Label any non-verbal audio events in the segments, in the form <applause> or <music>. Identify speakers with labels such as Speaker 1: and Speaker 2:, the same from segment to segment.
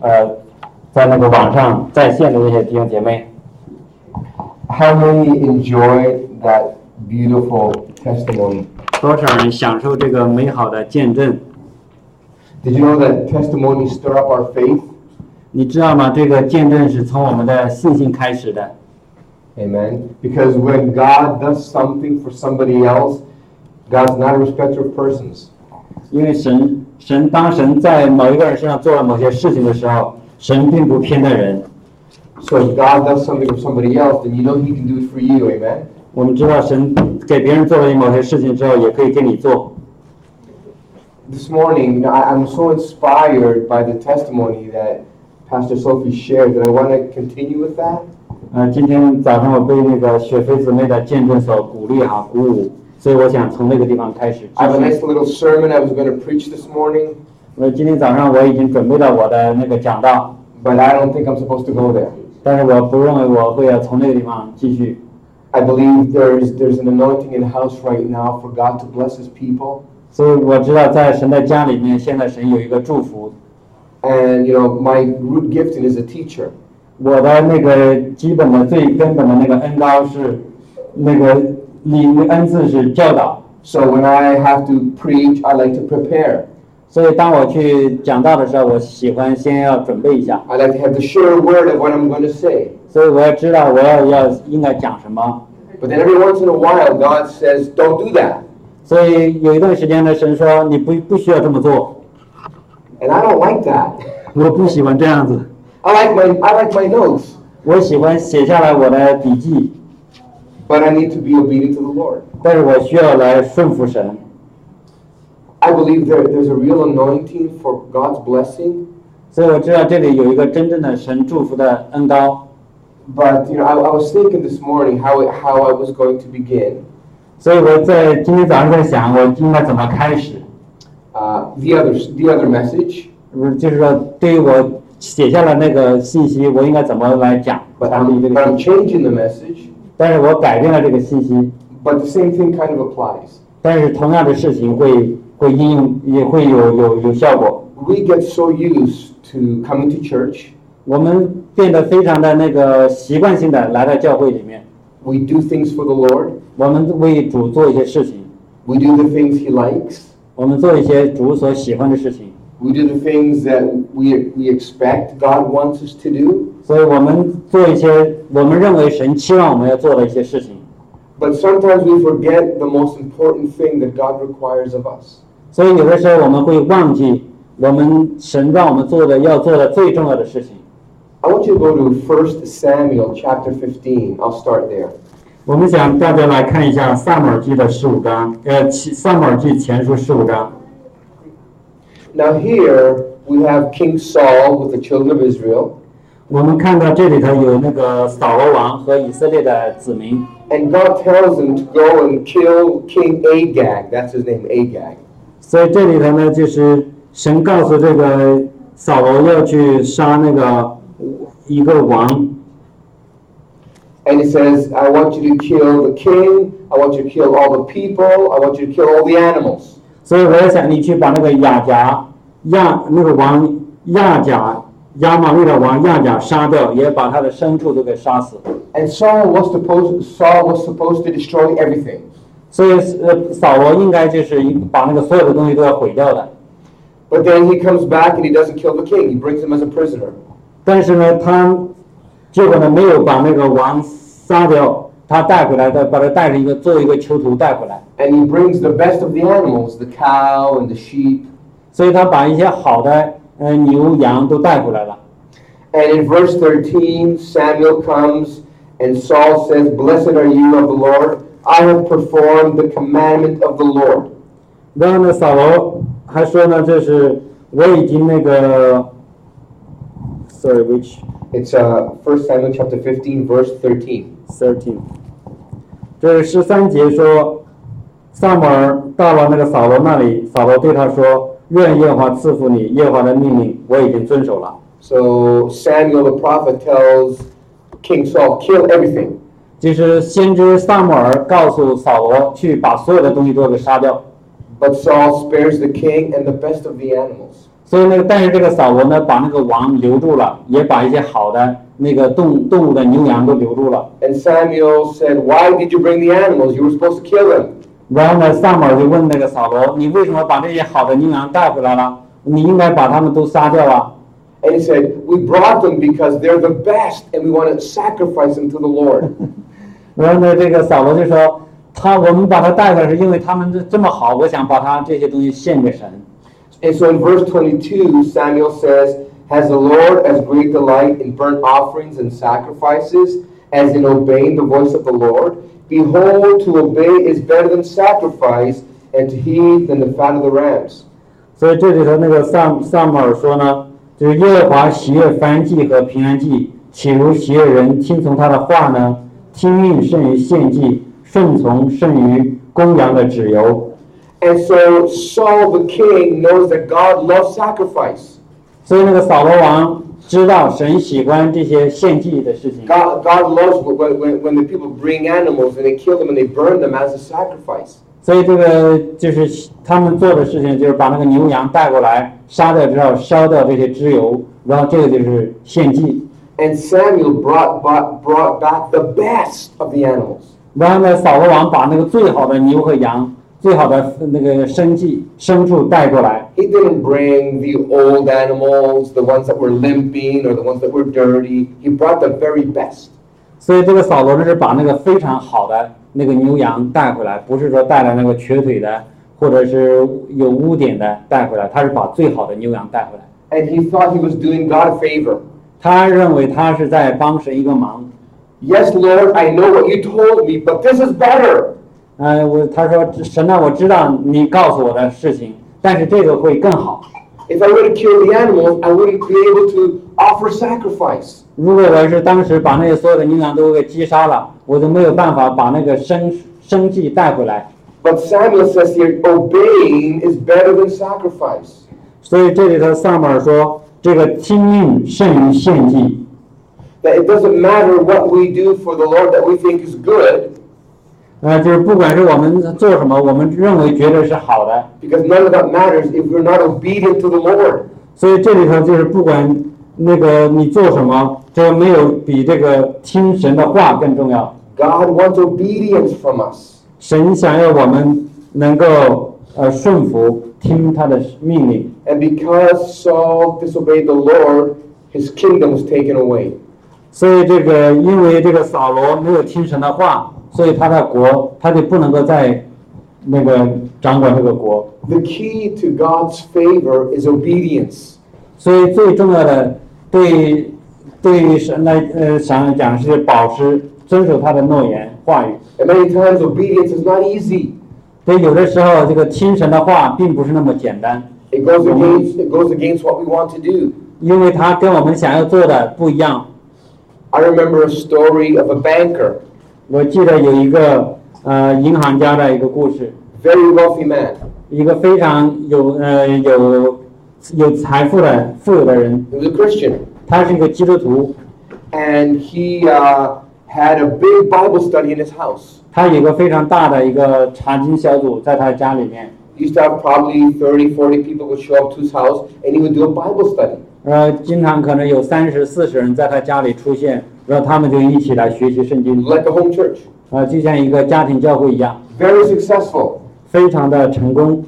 Speaker 1: 呃，在那个网上在线的那些弟兄姐妹，
Speaker 2: How many enjoy that beautiful testimony?
Speaker 1: 多少人享受这个美好的见证？
Speaker 2: Did you know that testimonies stir up our faith?
Speaker 1: 你知道吗？这个见证是从我们的信心开始的。
Speaker 2: Amen. Because when God does something for somebody else, God's not a respecter of persons.
Speaker 1: 因为神神当神在某一个人身上做了某些事情的时候，神并不偏待人。
Speaker 2: So if God does something for somebody else, then you know He can do it for you. Amen.
Speaker 1: 我们知道神给别人做了某些事情之后，也可以给你做。
Speaker 2: This morning, you know, I, I'm so inspired by the testimony that Pastor Sophie shared that I want to continue with that.
Speaker 1: 呃，今天早上我被那个雪飞姊妹的见证所鼓励哈、鼓舞，所以我想从那个地方开始。
Speaker 2: I have a nice little sermon I was going to preach this morning,
Speaker 1: 我今天早上我已经准备了我的那个讲道，
Speaker 2: but I don't think I'm supposed to go there.
Speaker 1: 但是我不认为我会要从那个地方继续。
Speaker 2: I believe there's there's an anointing in the house right now for God to bless His people.
Speaker 1: 所以我知道在神的家里面，现在神有一个祝福。
Speaker 2: And you know, my root gifting is a teacher.
Speaker 1: 我的那个基本的最根本的那个恩高是，那个你那恩赐是教导，
Speaker 2: So when I have to preach, I like to prepare.
Speaker 1: 所以当我去讲道的时候，我喜欢先要准备一下，
Speaker 2: I like to have the sure word of what I'm going to say.
Speaker 1: 所以我要知道我要要应该讲什么。
Speaker 2: But then every once in a while, God says, "Don't do that,"
Speaker 1: 所以有一段时间呢，神说你不不需要这么做，
Speaker 2: and I don't like that. <laughs>
Speaker 1: 我不喜欢这样子，
Speaker 2: I like my I like my notes,
Speaker 1: 我喜欢写下来我的笔记，
Speaker 2: but I need to be obedient to the Lord.
Speaker 1: 但是我需要来顺服神。
Speaker 2: I believe there, there's a real anointing for God's blessing.
Speaker 1: 所以我知道这里有一个真正的神祝福的恩高，
Speaker 2: But you know, I, I was thinking this morning how it, how I was going to begin.
Speaker 1: 所以我在今天早上在想我应该怎么开始。
Speaker 2: Uh, the other the other message,
Speaker 1: 嗯，就是说，对于我写下了那个信息，我应该怎么来讲
Speaker 2: but
Speaker 1: 传递
Speaker 2: I'm,
Speaker 1: 这
Speaker 2: but
Speaker 1: 个
Speaker 2: I'm
Speaker 1: 信息？
Speaker 2: changing the message.
Speaker 1: 但是我改变了这个信息，
Speaker 2: But the same thing kind of applies.
Speaker 1: 但是同样的事情会会应用，也会有有有效果。
Speaker 2: We get so used to coming to church,
Speaker 1: 我们变得非常的那个习惯性的来到教会里面，
Speaker 2: we do things for the Lord,
Speaker 1: 我们为主做一些事情，
Speaker 2: we do the things He likes,
Speaker 1: 我们做一些主所喜欢的事情，
Speaker 2: we do the things that we we expect God wants us to do.
Speaker 1: 所以我们做一些我们认为神期望我们要做的一些事情。
Speaker 2: But sometimes we forget the most important thing that God requires of us.
Speaker 1: 所以有的时候我们会忘记我们神让我们做的要做的最重要的事情。
Speaker 2: I want you to go to 1 Samuel chapter 15. I'll start there.
Speaker 1: 我们想大家来看一下《萨姆尔记》的十五章，呃，其《萨姆尔记前书》十五章。
Speaker 2: Now here we have King Saul with the children of Israel,
Speaker 1: 我们看到这里头有那个扫罗王和以色列的子民，
Speaker 2: and God tells him to go and kill King Agag. That's his name, Agag.
Speaker 1: 所以这里头呢，就是神告诉这个扫罗要去杀那个一个王，
Speaker 2: And he says, I want you to kill the king, I want you to kill all the people, I want you to kill all the animals.
Speaker 1: 所以我也想你去把那个亚甲亚那个王亚甲亚玛利的王亚甲杀掉，也把他的牲畜都给杀死。
Speaker 2: And Saul was supposed Saul was supposed to destroy everything.
Speaker 1: 所以呃，扫罗应该就是把那个所有的东西都要毁掉的。
Speaker 2: But then he comes back and he doesn't kill the king. He brings him as a prisoner.
Speaker 1: 但是呢，他结果呢没有把那个王杀掉，他带回来的，把他带成一个作为一个囚徒带回来。
Speaker 2: And he brings the best of the animals, the cow and the sheep.
Speaker 1: 所以他把一些好的呃牛羊都带回来了。
Speaker 2: And in verse 13, Samuel comes and Saul says, Blessed are you of the Lord. I have performed the commandment of the Lord.
Speaker 1: 然后呢，扫罗还说呢，这是我已经那个，sorry which
Speaker 2: It's uh, 1 Samuel chapter 15, verse 13.
Speaker 1: thirteen，这是十三节说，萨姆尔到了那个扫罗那里，扫罗对他说：“愿耶和华赐福你，耶和华的命令我已经遵守了。
Speaker 2: So Samuel the prophet tells King Saul, kill everything. ”
Speaker 1: 就是先知萨姆尔告诉扫罗去把所有的东西都给杀掉，
Speaker 2: But Saul spares the king and the best of the animals.
Speaker 1: 所以那个，但是这个扫罗呢，把那个王留住了，也把一些好的那个动动物的牛羊都留住了。
Speaker 2: And Samuel said, Why did you bring the animals? You were supposed to kill them.
Speaker 1: 然后呢，萨姆尔就问那个扫罗：“你为什么把这些好的牛羊带回来了？你应该把它们都杀掉啊
Speaker 2: And he said, We brought them because they're the best and we want to sacrifice them to the Lord. ！”
Speaker 1: 然后呢，这个扫罗就说：“他我们把它带回来是因为他们这这么好，我想把它这些东西献给神。
Speaker 2: and so in verse 22, Samuel says, Has the Lord as great delight in burnt offerings and sacrifices as in obeying the voice of the Lord? Behold, to obey is better than sacrifice, and to heed than the fat of the rams. ”
Speaker 1: 所以这里头那个萨萨姆尔说呢，就是耶和华喜悦燔祭和平安祭，岂如喜悦人听从他的话呢？听命胜于献祭，顺从胜于公羊的脂油。
Speaker 2: And so Saul the king knows that God loves sacrifice.
Speaker 1: 所以那个扫罗王知道神喜欢这些献祭的事情，
Speaker 2: God, God loves when, when, when the people bring animals and they kill them and they burn them as a sacrifice.
Speaker 1: 所以这个就是他们做的事情，就是把那个牛羊带过来，杀掉之后烧掉这些脂油，然后这个就是献祭。
Speaker 2: And Samuel brought, brought, brought back the best of the animals.
Speaker 1: 然后呢，扫罗王把那个最好的牛和羊、最好的那个生计牲畜带过来，
Speaker 2: He didn't bring the old animals, the ones that were limping or the ones that were dirty. He brought the very best.
Speaker 1: 所以这个扫罗呢是把那个非常好的那个牛羊带回来，不是说带来那个瘸腿的或者是有污点的带回来，他是把最好的牛羊带回来。
Speaker 2: And he thought he was doing God a favor.
Speaker 1: 他认为他是在帮神一个忙。
Speaker 2: Yes, Lord, I know what you told me, but this is better.
Speaker 1: 呃，我他说神呐，我知道你告诉我的事情，但是这个会更好。
Speaker 2: If I would have killed the animals, I wouldn't be able to offer sacrifice.
Speaker 1: 如果我是当时把那些所有的牛羊都给击杀了，我就没有办法把那个生生计带回来。
Speaker 2: But Samuel says here, obeying is better than sacrifice.
Speaker 1: 所以这里头萨母尔说，这个听命胜于献祭，
Speaker 2: That it doesn't matter what we do for the Lord that we think is good,
Speaker 1: 呃，就是不管是我们做什么，我们认为觉得是好的，
Speaker 2: because none of that matters if we're not obedient to the Lord.
Speaker 1: 所以这里头就是不管那个你做什么，这没有比这个听神的话更重要。
Speaker 2: God wants obedience from us.
Speaker 1: 神想要我们能够呃顺服，听他的命令。
Speaker 2: And because Saul disobeyed the Lord, his kingdom was taken away.
Speaker 1: 所以这个，因为这个扫罗没有听神的话，所以他的国他就不能够再那个掌管这个国。
Speaker 2: The key to God's favor is obedience.
Speaker 1: 所以最重要的，对对于神来呃想来讲是保持遵守他的诺言话语。
Speaker 2: And many times obedience is not easy.
Speaker 1: 所以有的时候这个听神的话并不是那么简单，
Speaker 2: It goes against it goes against what we want to do.
Speaker 1: 因为他跟我们想要做的不一样。
Speaker 2: I remember a story of a banker,
Speaker 1: 我记得有一个呃银行家的一个故事，
Speaker 2: very wealthy man.
Speaker 1: 一个非常有呃有有财富的富有的人，
Speaker 2: He was a Christian,
Speaker 1: 他是一个基督徒，
Speaker 2: and he uh, had a big Bible study in his house.
Speaker 1: 他有一个非常大的一个查经小组在他家里面，
Speaker 2: He used to have probably 30, 40 people would show up to his house, and he would do a Bible study.
Speaker 1: 呃，经常可能有三十四十人在他家里出现，然后他们就一起来学习圣经，
Speaker 2: like a home church.
Speaker 1: 呃，就像一个家庭教会一样，
Speaker 2: Very successful.
Speaker 1: 非常的成功。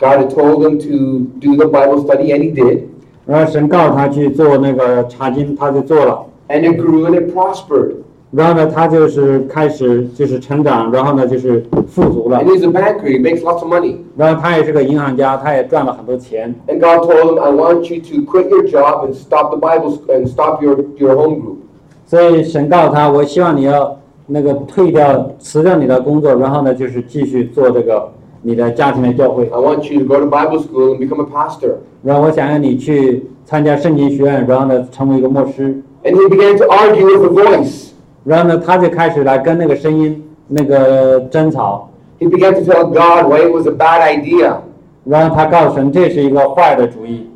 Speaker 2: God had told him to do the Bible study, and he did.
Speaker 1: 然呃后神告诉他去做那个查经，他就做了。
Speaker 2: And it grew and it prospered.
Speaker 1: 然后呢，他就是开始就是成长，然后呢就是富足了
Speaker 2: And。he's a banker, he makes lots of money.
Speaker 1: 然后他也是个银行家，他也赚了很多钱。
Speaker 2: And God told him, I want you to quit your job and stop the Bible sc- and stop your, your home group.
Speaker 1: 所以神告诉他，我希望你要那个退掉、辞掉你的工作，然后呢就是继续做这个你的家庭的教会
Speaker 2: I。want you to go to Bible school and become a pastor.
Speaker 1: 然后我想让你去参加圣经学院，然后呢成为一个牧师。
Speaker 2: And he began to argue with the voice.
Speaker 1: 然后呢，他就开始来跟那个声音那个争吵。
Speaker 2: He began to tell God why it was a bad idea.
Speaker 1: 然后他告诉神，这是一个坏的主意。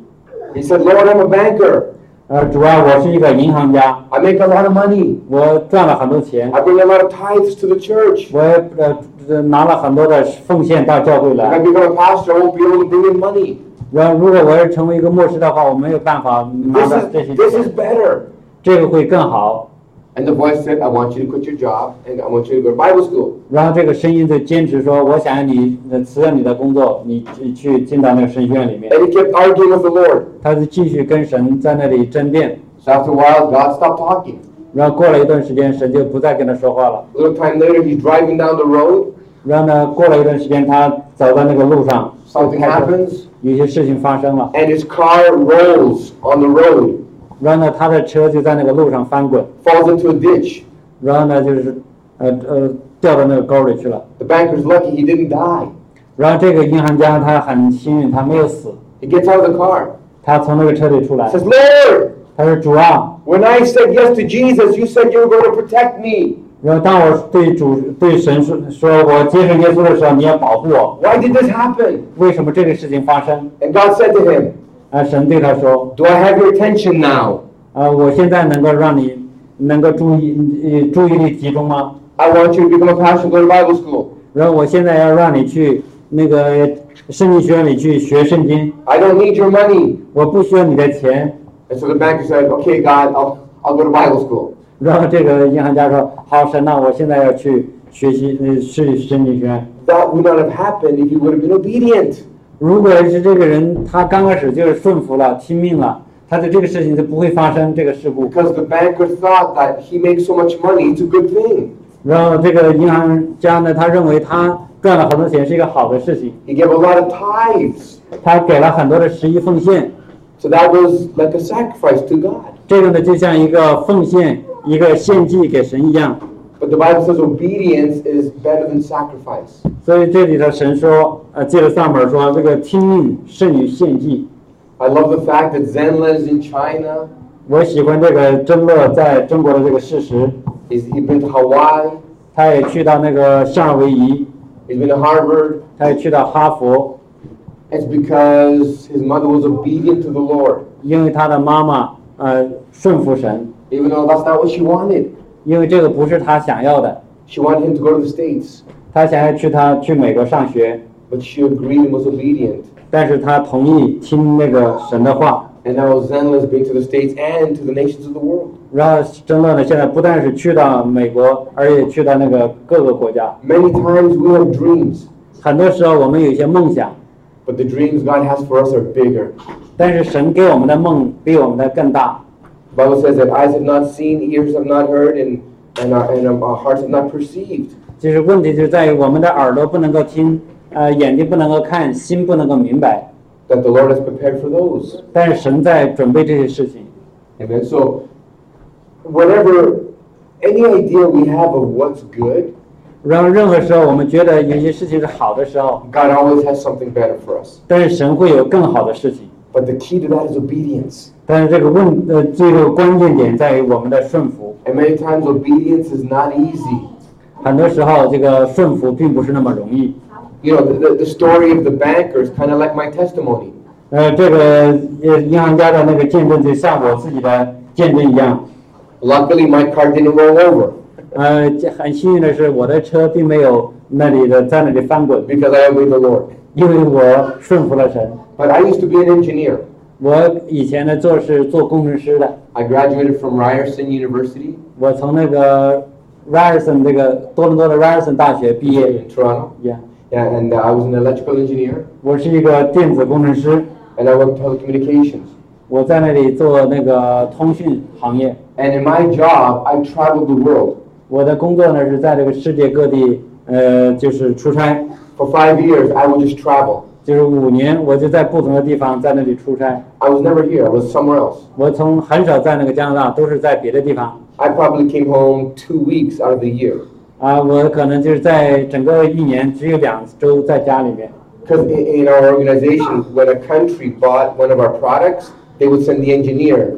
Speaker 2: He said, Lord, I'm a banker.
Speaker 1: 呃，主要我是一个银行家，
Speaker 2: I make a lot of money.
Speaker 1: 我赚了很多钱，
Speaker 2: I bring a lot of tithes to the church.
Speaker 1: 我也呃拿了很多的奉献到教会
Speaker 2: If I
Speaker 1: 来。
Speaker 2: become a pastor, I won't be able to bring in money.
Speaker 1: 然后，如果我是成为一个牧师的话，我没有办法拿
Speaker 2: This
Speaker 1: 到这
Speaker 2: is,
Speaker 1: 些
Speaker 2: this
Speaker 1: 钱
Speaker 2: is better.
Speaker 1: 这个会更好。
Speaker 2: And the voice said, I want you to quit your job and I want you to go to Bible school.
Speaker 1: 然后这个声音就坚持说：“我想你呃辞掉你的工作，你去去进到那个神学院里面。
Speaker 2: And he kept arguing with the Lord. ”
Speaker 1: 他就继续跟神在那里争辩。
Speaker 2: So after a while, God stopped talking.
Speaker 1: 然后过了一段时间，神就不再跟他说话了。
Speaker 2: A little time later, he's driving down the road.
Speaker 1: 然后呢，过了一段时间，他走到那个路上，
Speaker 2: Something happens
Speaker 1: 有些事情发生了。
Speaker 2: and his car rolls on the road,
Speaker 1: 然后呢，他的车就在那个路上翻滚，
Speaker 2: falls into a ditch.
Speaker 1: 然后呢，就是呃呃掉到那个沟里去了。
Speaker 2: The banker's lucky he didn't die.
Speaker 1: 然后这个银行家他很幸运，他没有死，
Speaker 2: He gets out of the car.
Speaker 1: 他从那个车里出来，
Speaker 2: Says, Lord,
Speaker 1: 他说：“主啊，
Speaker 2: when I said yes to Jesus, you said you were going to protect me.
Speaker 1: 然后当我对主对神说说我接受耶稣的时候，你要保护我。
Speaker 2: Why did this happen?
Speaker 1: 为什么这个事情发生？
Speaker 2: And God said to him,
Speaker 1: 啊，神对他说
Speaker 2: Do I have your attention now?
Speaker 1: 啊，我现在能够让你能够注意呃注意力集中吗？
Speaker 2: I want you to become a pastor, go to Bible school.
Speaker 1: 然后我现在要让你去那个呃圣经学院里去学圣经，
Speaker 2: I don't need your money.
Speaker 1: 我不需要你的钱。
Speaker 2: And so the banker said, Okay, God, I'll, I'll go to Bible school.
Speaker 1: 然后这个银行家说：好，神呐、我现在要去学习呃去圣经学院。
Speaker 2: That would not have happened if you would have been obedient.
Speaker 1: 如果是这个人，他刚开始就是顺服了、听命了，他的这个事情就不会发生这个事故。
Speaker 2: Because the banker thought that he makes so much money, it's a good thing.
Speaker 1: 然后这个银行家呢，他认为他赚了很多钱是一个好的事情，
Speaker 2: He gave a lot of tithes.
Speaker 1: 他给了很多的十一奉献，
Speaker 2: So that was like a sacrifice to God.
Speaker 1: 这个呢就像一个奉献、一个献祭给神一样。
Speaker 2: But the Bible says obedience is better than sacrifice.
Speaker 1: 所以这里头神说，呃，借着萨母尔说，这个听命胜于献祭。
Speaker 2: I love the fact that Zen lives in China.
Speaker 1: 我喜欢这个真乐在中国的这个事实，
Speaker 2: He's, he's been to Hawaii.
Speaker 1: 他也去到那个夏威夷，
Speaker 2: He's been to Harvard.
Speaker 1: 他也去到哈佛，
Speaker 2: It's because his mother was obedient to the Lord,
Speaker 1: 因为他的妈妈呃顺服神，
Speaker 2: even though that's not what she wanted.
Speaker 1: 因为这个不是他想要的，
Speaker 2: She wanted him to go to the States,
Speaker 1: 他想要去他去美国上学，
Speaker 2: but she agreed and was obedient.
Speaker 1: 但是他同意听那个神的话。
Speaker 2: And now Zen is being to the States and to the nations of the world.
Speaker 1: 然后真乐呢，现在不但是去到美国，而且去到那个各个国家。
Speaker 2: Many times we have dreams,
Speaker 1: 很多时候我们有一些梦想，
Speaker 2: but the dreams God has for us are bigger.
Speaker 1: 但是神给我们的梦比我们的更大。
Speaker 2: Bible says that eyes have not seen, ears have not heard, and, and, our, and our hearts have not perceived.
Speaker 1: 就是问题就在于我们的耳朵不能够听，呃，眼睛不能够看，心不能够明白。
Speaker 2: That the Lord has prepared for those.
Speaker 1: 但是神在准备这些事情。
Speaker 2: Amen. So, whatever, any idea we have of what's good,
Speaker 1: 然后任何时候我们觉得有些事情是好的时候，
Speaker 2: God always has something better for us.
Speaker 1: 但是神会有更好的事情。
Speaker 2: But the key to that is obedience.
Speaker 1: 但是这个问呃，这个关键点在于我们的顺服。
Speaker 2: And many times obedience is not easy.
Speaker 1: 很多时候，这个顺服并不是那么容易。
Speaker 2: You know, the, the, the story of the banker is kind of like my testimony.
Speaker 1: 呃，这个呃，银行家的那个见证就像我自己的见证一样。
Speaker 2: Luckily, my car didn't roll over
Speaker 1: 呃，这很幸运的是，我的车并没有那里的在那里翻滚，
Speaker 2: because I obeyed the Lord.
Speaker 1: 因为我顺服了神。
Speaker 2: But I used to be an engineer.
Speaker 1: 我以前呢做是做工程师的，
Speaker 2: I graduated from Ryerson University
Speaker 1: 我从那个 Ryerson 这个多伦多的 Ryerson 大学毕业
Speaker 2: in Toronto.
Speaker 1: 呀，
Speaker 2: Yeah, and uh, I was an electrical engineer
Speaker 1: 我是一个电子工程师，
Speaker 2: and I worked telecommunications.
Speaker 1: 我在那里做那个通讯行业。
Speaker 2: And in my job, I traveled the world.
Speaker 1: 我的工作呢是在这个世界各地，呃，就是出差，
Speaker 2: For five years, I would just travel.
Speaker 1: 就是五年我就在不同的地方在那里出差。
Speaker 2: I was never here, I was somewhere else.
Speaker 1: 我从很少在那个加拿大，都是在别的地方
Speaker 2: I probably came home two weeks out of the year.
Speaker 1: 啊。我可能就是在整个一年只有两周在家里面，
Speaker 2: Because in, in our organization, when a country bought one of our products, they would send the engineer.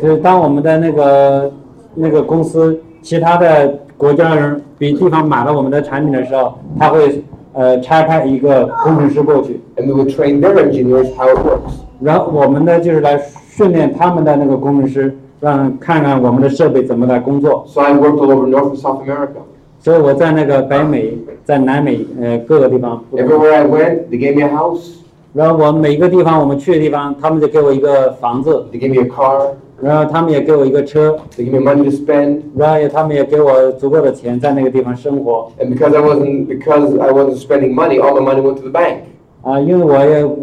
Speaker 1: 就是当我们的那个那个公司其他的国家人比地方买了我们的产品的时候，他会呃差派一个工程师过去，
Speaker 2: And we would train their engineers how it works.
Speaker 1: 然后我们呢就是来训练他们的那个工程师，让看看我们的设备怎么来工作。
Speaker 2: So I worked all over North and South America.
Speaker 1: 所以我在那个北美，在南美呃各个地方，
Speaker 2: 嗯 Everywhere I went, they gave me a house.
Speaker 1: 然后我每个地方我们去的地方，他们就给我一个房子，
Speaker 2: They give me a car.
Speaker 1: 然后他们也给我一个车，
Speaker 2: They give me money to spend.
Speaker 1: 然后也他们也给我足够的钱在那个地方生活
Speaker 2: And because I wasn't because I wasn't spending money, all my money went to the bank.
Speaker 1: 啊、因为我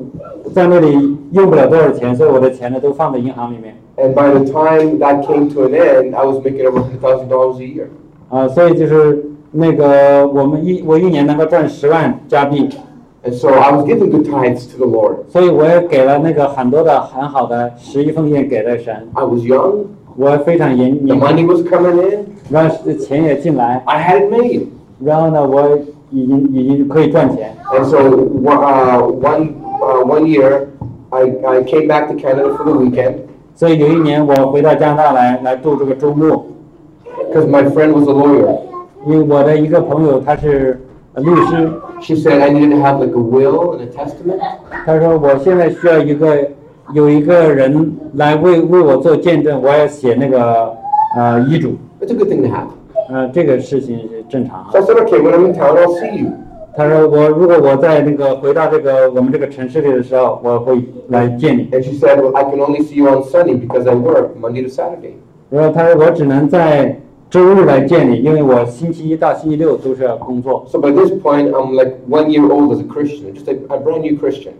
Speaker 1: 也在那里用不了多少钱，所以我的钱呢都放在银行里面
Speaker 2: And by the time that came to an end, I was making over hundred thousand dollars a year.
Speaker 1: 啊、所以就是那个我们一我一年能够赚十万加币，
Speaker 2: And so I was giving good tithes to the Lord.
Speaker 1: 所以我也给了那个很多的很好的十一奉献给了神，
Speaker 2: I was young.
Speaker 1: 我非常严
Speaker 2: The
Speaker 1: 严，
Speaker 2: money was coming in.
Speaker 1: 然后钱也进来，
Speaker 2: I had it made.
Speaker 1: 然后呢我已经已经可以赚钱。
Speaker 2: And so one- uh, one uh, one year, I, I came back to Canada for the weekend
Speaker 1: 所以有一年我回到加拿大来来度这个周末，
Speaker 2: because my friend was a lawyer.
Speaker 1: 因为我的一个朋友他是呃律师，
Speaker 2: She said I needed to have like a will and a testament.
Speaker 1: 他说我现在需要一个有一个人来为为我做见证，我要写那个呃遗嘱，
Speaker 2: It's a good thing to have.
Speaker 1: 呃这个事情是正常啊
Speaker 2: So。I said, okay, when I'm in town, I'll see you.
Speaker 1: 他说我如果我在那个回到这个我们这个城市里的时候，我会来见你。
Speaker 2: And she said, well, I can only see you on Sunday because I work Monday to Saturday.
Speaker 1: 然后他说我只能在周日来见你，因为我星期一到星期六都是要工作。
Speaker 2: So by this point, I'm like one year old as a Christian, just a, a brand new Christian.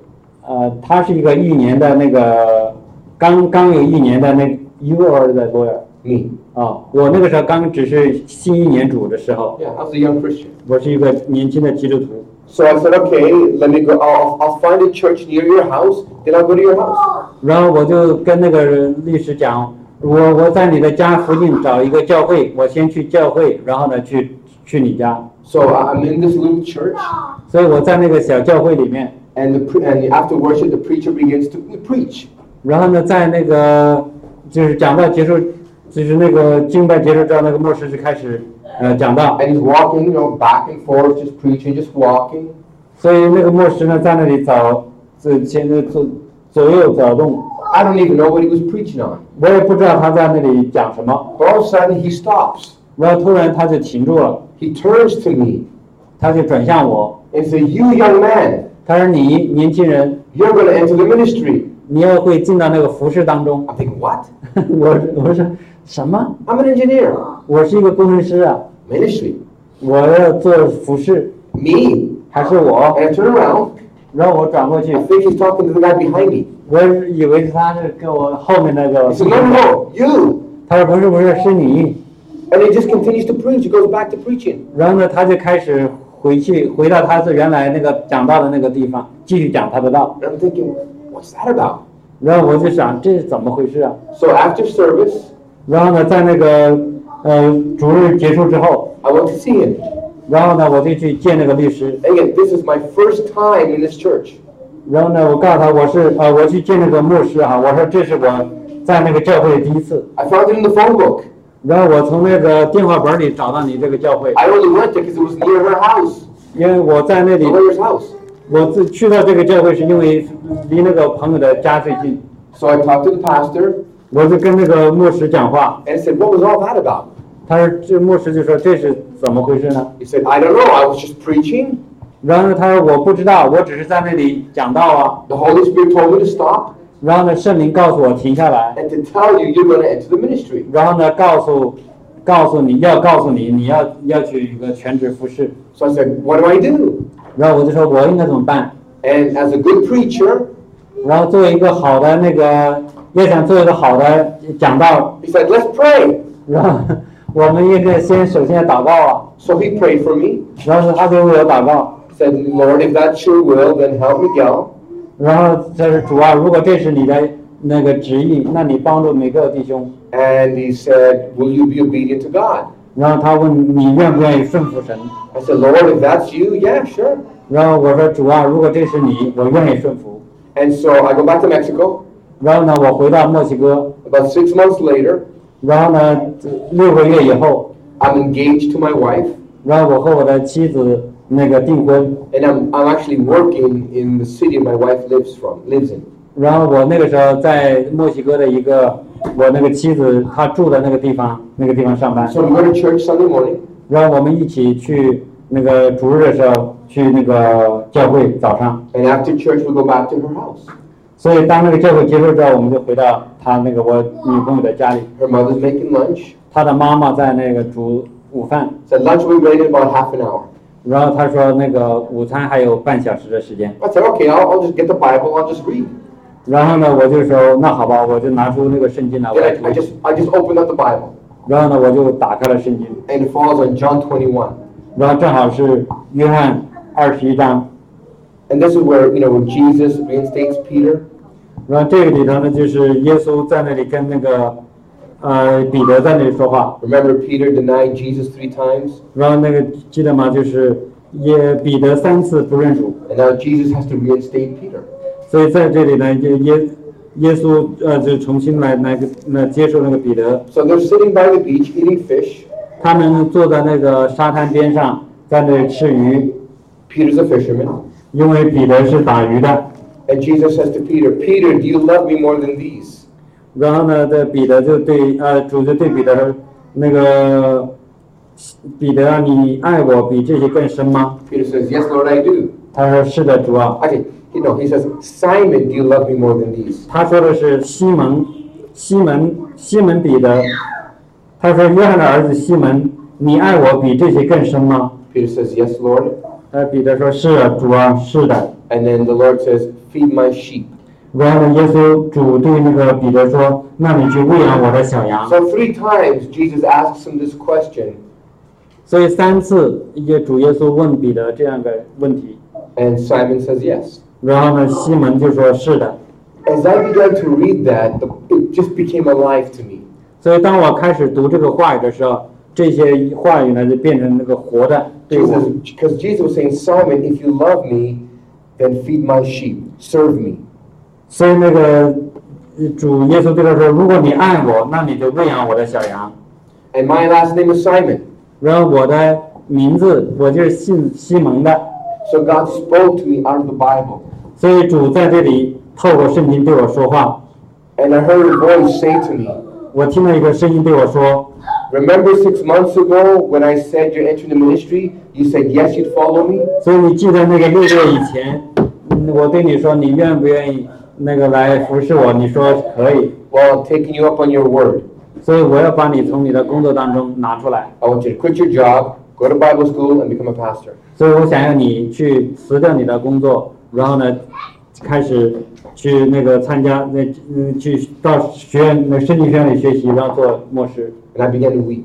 Speaker 1: 呃，他是一个一年的那个刚刚有一年的那 you are the lawyer
Speaker 2: Me.
Speaker 1: 啊，我那个时候刚只是新一年主的时候，
Speaker 2: Yeah, I was a young Christian.
Speaker 1: 我是一个年轻的基督徒，
Speaker 2: So I said, okay, let me go. I'll, I'll find a church near your house, then I'll go to your house.
Speaker 1: 然后我就跟那个律师讲，我我在你的家附近找一个教会，我先去教会，然后呢去去你家，
Speaker 2: So I- I'm in this little church,
Speaker 1: 所以我在那个小教会里面，
Speaker 2: and the pre- and after worship, the preacher begins to preach.
Speaker 1: 然后呢在那个就是讲到结束，就是那个敬拜结束之后，那个牧师就开始呃讲道。
Speaker 2: And he's walking, you know, back and forth, just preaching, just walking.
Speaker 1: 所以那个牧师呢，在那里找，这前面左左右走动，
Speaker 2: I don't even know what he was preaching on.
Speaker 1: 我也不知道他在那里讲什么。
Speaker 2: But all of a sudden, he stops.
Speaker 1: 然后突然他就停住了，
Speaker 2: He turns to me
Speaker 1: 他就转向我，
Speaker 2: and says, You young man,
Speaker 1: 他说：“你年轻人，
Speaker 2: you're going to enter the ministry.
Speaker 1: 你要会进到那个服饰当中。 <laughs>
Speaker 2: I'm thinking, What? ”
Speaker 1: 我我说什么？
Speaker 2: I'm an engineer.
Speaker 1: 我是一个工程师啊，
Speaker 2: Ministry.
Speaker 1: 我要做服饰，
Speaker 2: Me.
Speaker 1: 还是我？
Speaker 2: And I turn around.
Speaker 1: 然后我转过去
Speaker 2: I，think he's talking to the guy behind me.
Speaker 1: 我以为是他是跟我后面那个
Speaker 2: He，says, No, no, no, you.
Speaker 1: 他说：“不是不是，是你。
Speaker 2: And he just continues to preach. He goes back to preaching. ”
Speaker 1: 然后呢，他就开始回去，回到他是原来那个讲道的那个地方，继续讲他的道。
Speaker 2: And I'm thinking, What's that about?
Speaker 1: 然后我就想这是怎么回事啊？
Speaker 2: So after service,
Speaker 1: 然后呢，在那个呃主日结束之后，
Speaker 2: I went to see him.
Speaker 1: 然后呢我就去见那个律师，
Speaker 2: Again, this is my first time in this church.
Speaker 1: 然后呢我告诉他我是呃我去见那个牧师哈、我说这是我在那个教会的第一次，
Speaker 2: I found it in the phone book.
Speaker 1: 然后我从那个电话本里找到你这个教会，
Speaker 2: I only went there because it was near her house,
Speaker 1: 因为我在那里
Speaker 2: the lawyer's house.
Speaker 1: 我自去到这个教会是因为离那个朋友的家最近，
Speaker 2: So I talked to the pastor
Speaker 1: 我就跟那个牧师讲话，
Speaker 2: and said, What was all that about?
Speaker 1: 他说这牧师就说这是怎么回事呢？
Speaker 2: He said, I don't know. I was just preaching.
Speaker 1: 然后呢他说我不知道，我只是在那里讲道啊。
Speaker 2: The Holy Spirit told me to stop
Speaker 1: 然后呢，圣灵告诉我停下来，
Speaker 2: and to tell you you're going to enter the ministry.
Speaker 1: 然后呢，告诉，告诉你要告诉你，你要要去一个全职服侍。
Speaker 2: So I said, What do I do?
Speaker 1: 然后我就说，我应该怎么办？
Speaker 2: And as a good preacher,
Speaker 1: 然后作为一个好的那个，要想做一个好的讲道，
Speaker 2: he said, Let's pray.
Speaker 1: 然后我们应该先首先祷告啊。
Speaker 2: So he prayed for me.
Speaker 1: 然后他就为我祷告，
Speaker 2: He said, Lord, if that's your will, then help Miguel.
Speaker 1: 然后他说主啊，如果这是你的那个旨意，那你帮助每个弟兄。
Speaker 2: And he said, Will you be obedient to God?
Speaker 1: 然后他问你愿不愿意顺服神？
Speaker 2: I said, Lord, if that's you, yeah, sure.
Speaker 1: 然后我说主啊，如果这是你，我愿意顺服。
Speaker 2: And so I go back to Mexico.
Speaker 1: 然后呢，我回到墨西哥，
Speaker 2: About six months later,
Speaker 1: 然后呢，六个月以后，
Speaker 2: I'm engaged to my wife,
Speaker 1: 然后我和我的妻子那个订婚，
Speaker 2: and I'm, I'm actually working in the city my wife lives from lives in.
Speaker 1: 然后我那个时候在墨西哥的一个我那个妻子她住的那个地方那个地方上班，
Speaker 2: So we go to church Sunday morning,
Speaker 1: 然后我们一起去那个主日的时候去那个教会早上，
Speaker 2: And after church, we go back to her house,
Speaker 1: 所以当那个教会结束之后，我们就回到她那个我女朋友的家里，
Speaker 2: her mother's making lunch.
Speaker 1: 她的妈妈在那个煮午饭，
Speaker 2: Said lunch will be ready in about half an hour.
Speaker 1: 然后她说那个午餐还有半小时的时间，
Speaker 2: I said, okay, I'll, I'll just get the Bible, I'll just read.
Speaker 1: 然后呢我就说那好吧，我就拿出那个圣经来我来
Speaker 2: Then I, I
Speaker 1: 读，
Speaker 2: just I just opened up the Bible,
Speaker 1: 然后呢我就打开了圣经，
Speaker 2: and it falls on John 21,
Speaker 1: 然后正好是约翰二十一章，
Speaker 2: and this is where you know when Jesus reinstates Peter.
Speaker 1: 然后这个里头呢就是耶稣在那里跟那个呃彼得在那里说话。
Speaker 2: Remember, Peter denied Jesus three times,
Speaker 1: 然后那个记得吗？就是也彼得三次不认主，
Speaker 2: and now Jesus has to reinstate Peter.
Speaker 1: 所以在这里呢，耶耶耶稣呃就重新来来那接受那个彼得，
Speaker 2: So they're sitting by the beach eating fish.
Speaker 1: 他们坐在那个沙滩边上，在那里吃鱼，
Speaker 2: Peter's a fisherman,
Speaker 1: 因为彼得是打鱼的。
Speaker 2: and Jesus says to Peter, Peter, do you love me more than these?
Speaker 1: 然后呢，这彼得就对呃主就对彼得说，那个彼得啊，你爱我比这些更深吗？
Speaker 2: Peter says, Yes, Lord, I do.
Speaker 1: 他说是的，主啊。
Speaker 2: Okay, you know, he says, Simon, do you love me more than these?
Speaker 1: 他说的是西门，西门，西门彼得。他说约翰的儿子西门，你爱我比这些更深吗？
Speaker 2: Peter says, Yes, Lord.
Speaker 1: 呃，彼得说是啊，主啊，是的。
Speaker 2: And then the Lord says, Feed my sheep.
Speaker 1: 然后呢，耶稣主对那个彼得说：“那你去喂养我的小羊。
Speaker 2: So three times Jesus asks him this question, ”
Speaker 1: 所以三次，耶主耶稣问彼得这样的问题，
Speaker 2: and Simon says yes.
Speaker 1: 然后呢，西门就说是的。
Speaker 2: As I began to read that, the, it just became alive to me.
Speaker 1: 所以当我开始读这个话语的时候，这些话语呢就变成那个活的对我。
Speaker 2: Jesus, because Jesus was saying, Simon, if you love me, then feed my sheep, serve me.
Speaker 1: 所以那个呃主耶稣对他说：“如果你爱我，那你就喂养我的小羊。
Speaker 2: And my last name is Simon. ”
Speaker 1: 然后我的名字我就是姓西蒙的，
Speaker 2: So God spoke to me out of the Bible.
Speaker 1: 所以主在这里透过圣经对我说话。
Speaker 2: And I heard a voice say to me,
Speaker 1: 我听到一个声音对我说
Speaker 2: Remember six months ago when I said you're entering the ministry? You said yes, you'd follow me?：“
Speaker 1: 所以你记得那个六个月以前，嗯我对你说你愿不愿意那个来服侍我？你说可以，
Speaker 2: Well, I'm taking you up on your word.
Speaker 1: 所以我要把你从你的工作当中拿出来。
Speaker 2: I want you to quit your job, go to Bible school, and become a pastor.
Speaker 1: 所以我想要你去辞掉你的工作，然后呢，开始去那个参加那嗯去到学院那申请学院里学习，然后做牧师，
Speaker 2: And I began to weep.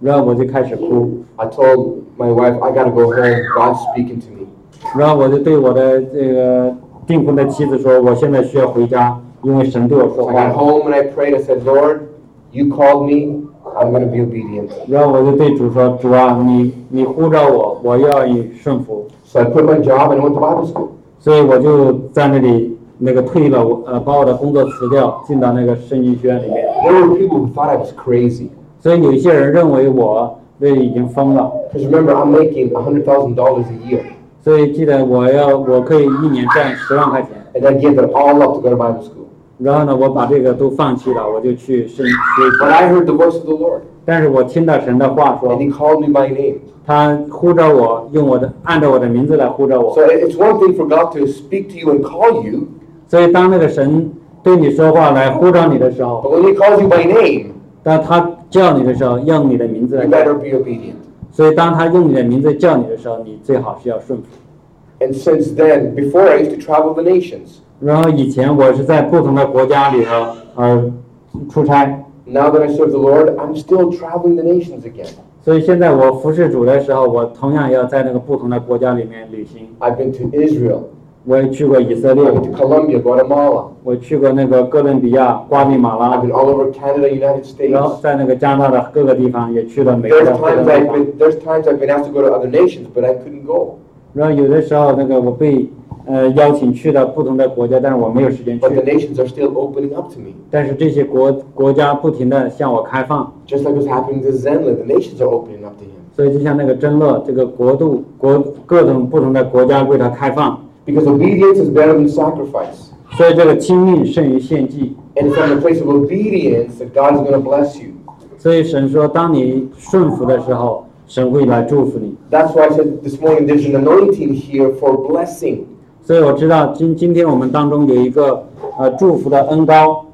Speaker 1: 然后我嗯就开始哭，
Speaker 2: I told my wife, I gotta go home. God's speaking to me.
Speaker 1: 然后我就对我的这个订婚的妻子说，我现在需要回家，因为神对我说
Speaker 2: So I got
Speaker 1: 话。
Speaker 2: home and I prayed. I said, Lord, you called me. I'm gonna be obedient.
Speaker 1: 然后我就对主说：“主啊，你你呼召我，我要以顺服。
Speaker 2: So I quit my job and I went to Bible school. ”
Speaker 1: 所以我就在那里那个退了，我呃把我的工作辞掉，进到那个申请学院里面。
Speaker 2: There were people who thought I was crazy.
Speaker 1: 所以有一些人认为我那已经疯了，
Speaker 2: Because remember, I'm making $100,000 a year.
Speaker 1: 所以记得我要我可以一年赚十万块钱，
Speaker 2: And I gave it all up to go to Bible school.
Speaker 1: 然后呢，我把这个都放弃了，我就去申学
Speaker 2: But
Speaker 1: 习。
Speaker 2: I heard the voice of the Lord.
Speaker 1: 但是我听到神的话
Speaker 2: And
Speaker 1: 说，
Speaker 2: he called me by name.
Speaker 1: 他呼召我，用我的按照我的名字来呼召
Speaker 2: So
Speaker 1: 我。
Speaker 2: it's one thing for God to speak to you and call you,
Speaker 1: 所以当那个神对你说话来呼召你的时
Speaker 2: but
Speaker 1: 候，
Speaker 2: when he calls you by name,
Speaker 1: 当他叫你的时候，用你的名字
Speaker 2: you
Speaker 1: 来。
Speaker 2: better be obedient.
Speaker 1: 所以当他用你的名字叫你的时候，你最好是要顺服。
Speaker 2: And since then, before I used to travel the nations.
Speaker 1: 然后以前我是在不同的国家里头呃出差。
Speaker 2: Now that I serve the Lord, I'm still traveling the nations again.
Speaker 1: 所以现在我服侍主的时候，我同样要在那个不同的国家里面旅行。
Speaker 2: I've been to Israel,
Speaker 1: 我也去过以色
Speaker 2: I've
Speaker 1: 列，
Speaker 2: been to Colombia, Guatemala,
Speaker 1: 我去过那个哥伦比亚、瓜地马
Speaker 2: I've
Speaker 1: 拉，
Speaker 2: been all over Canada, United States.
Speaker 1: 然后在那个加拿大的各个地方也去了美国
Speaker 2: There's
Speaker 1: 的各个
Speaker 2: times
Speaker 1: 地
Speaker 2: I've
Speaker 1: 方。
Speaker 2: been there's times I've been asked to go to other nations, but I couldn't go.
Speaker 1: 然后有的时候那个我被呃邀请去了不同的国家，但是我没有时间
Speaker 2: But the
Speaker 1: 去。
Speaker 2: nations are still opening up to me.
Speaker 1: 但是这些国国家不停的向我开放，
Speaker 2: Just like what's happening to Zenla, the nations are opening up to him.
Speaker 1: 所以就像那个争论，这个国度国各种不同的国家为他开放，
Speaker 2: Because obedience is better than sacrifice.
Speaker 1: 所以这个亲密胜于献祭。
Speaker 2: And it's from the place of obedience that God is going to bless you.
Speaker 1: 所以神说，当你顺服的时候，神会来祝福你。
Speaker 2: That's why I said this morning there's an anointing here for blessing.
Speaker 1: 所以我知道今今天我们当中有一个呃祝福的恩高，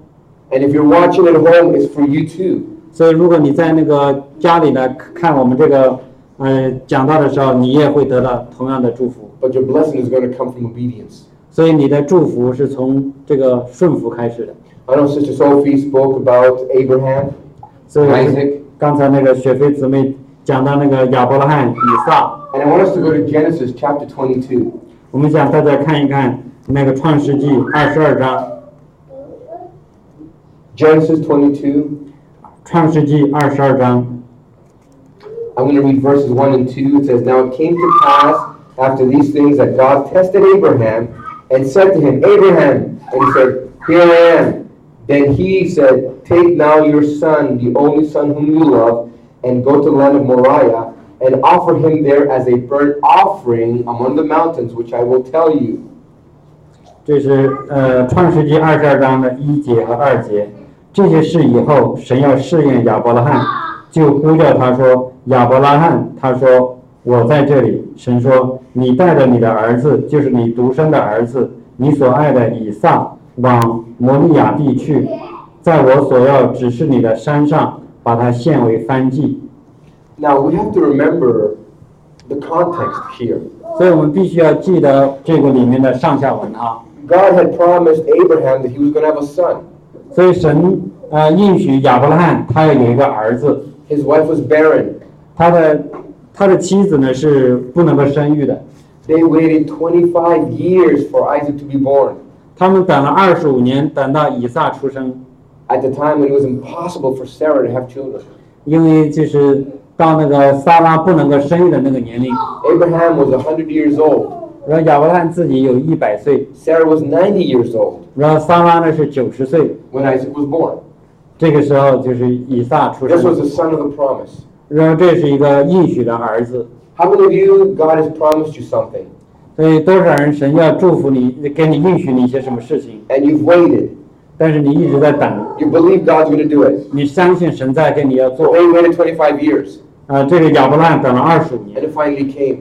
Speaker 2: And if you're watching at home, it's for you too.
Speaker 1: 所以如果你在那个家里呢看我们这个呃讲道的时候，你也会得到同样的祝福。
Speaker 2: But your blessing is going to come from obedience.
Speaker 1: 所以你的祝福是从这个顺服开始的。
Speaker 2: I know Sister Sophie spoke about Abraham,
Speaker 1: 所以
Speaker 2: Isaac.
Speaker 1: 刚才那个雪飞姊妹讲到那个亚伯拉罕、以撒，
Speaker 2: and I want us to go to Genesis chapter 22.
Speaker 1: 我们想大家看一看那个创世纪二十二章，
Speaker 2: Genesis 22.
Speaker 1: 创世纪二十二章，
Speaker 2: I'm going to read verses 1 and 2. It says, Now it came to pass after these things that God tested Abraham and said to him, Abraham, and he said, Here I am. Then he said, Take now your son, the only son whom you love, and go to the land of Moriah and offer him there as a burnt offering among the mountains, which I will tell you.
Speaker 1: 这是呃创世纪二十二章的一节和二节。这些事以后，神要试验亚伯拉罕，就呼叫他说：“亚伯拉罕。”他说：“我在这里。”神说：“你带着你的儿子，就是你独生的儿子，你所爱的以撒，往摩利亚地去，在我所要指示你的山上，把他献为燔祭。
Speaker 2: Now we have to remember the context here. ”
Speaker 1: 所以我们必须要记得这个里面的上下文啊。
Speaker 2: God had promised Abraham that he was going to have a son.
Speaker 1: 所以神呃应许亚伯拉罕，他要有一个儿子。
Speaker 2: His wife was barren.
Speaker 1: 他的他的妻子呢是不能够生育的，
Speaker 2: They waited 25 years for Isaac to be born,
Speaker 1: 他们等了二十五年，等到以撒出生，
Speaker 2: at the time when it was impossible for Sarah to have children.
Speaker 1: 因为就是到那个撒拉不能够生育的那个年龄，
Speaker 2: Abraham was 100 years old,
Speaker 1: 然后亚伯拉罕自己有一百岁，
Speaker 2: Sarah was 90 years old
Speaker 1: 然后撒拉呢是九十岁，
Speaker 2: when Isaac was born.
Speaker 1: 这个时候就是以撒出
Speaker 2: This was
Speaker 1: 生，
Speaker 2: the son of the promise.
Speaker 1: 然后这是一个应许的儿子，
Speaker 2: How many of you, God has promised you something,
Speaker 1: 所以多少人神要祝福你，给你应许你一些什么事情，
Speaker 2: and you've waited?
Speaker 1: 但是你一直在等，
Speaker 2: You believe God's going to do it.
Speaker 1: 你相信神在给你要做，
Speaker 2: They waited 25 years,
Speaker 1: 啊、这个亚伯拉罕等了二十五年
Speaker 2: and。it finally came.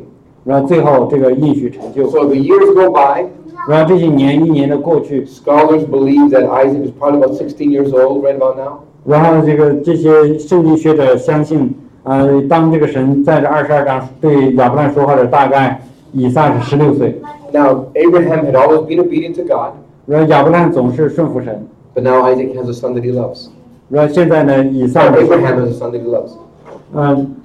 Speaker 1: 然后最后这个应许成就，
Speaker 2: So the years go by.
Speaker 1: 然后这些年一年的过去，
Speaker 2: Scholars believe that Isaac is probably about 16 years old right about now.
Speaker 1: 然后这个这些圣经学者相信，呃，当这个神在这二十二章对亚伯兰说话的大概以撒是十六岁，
Speaker 2: Now, Abraham had always been obedient to God,
Speaker 1: 然后亚伯兰总是顺服神，
Speaker 2: but now Isaac has a son that he loves.
Speaker 1: 然后现在呢，以撒
Speaker 2: Now,
Speaker 1: 呢，
Speaker 2: Abraham has a son that he loves.
Speaker 1: 嗯、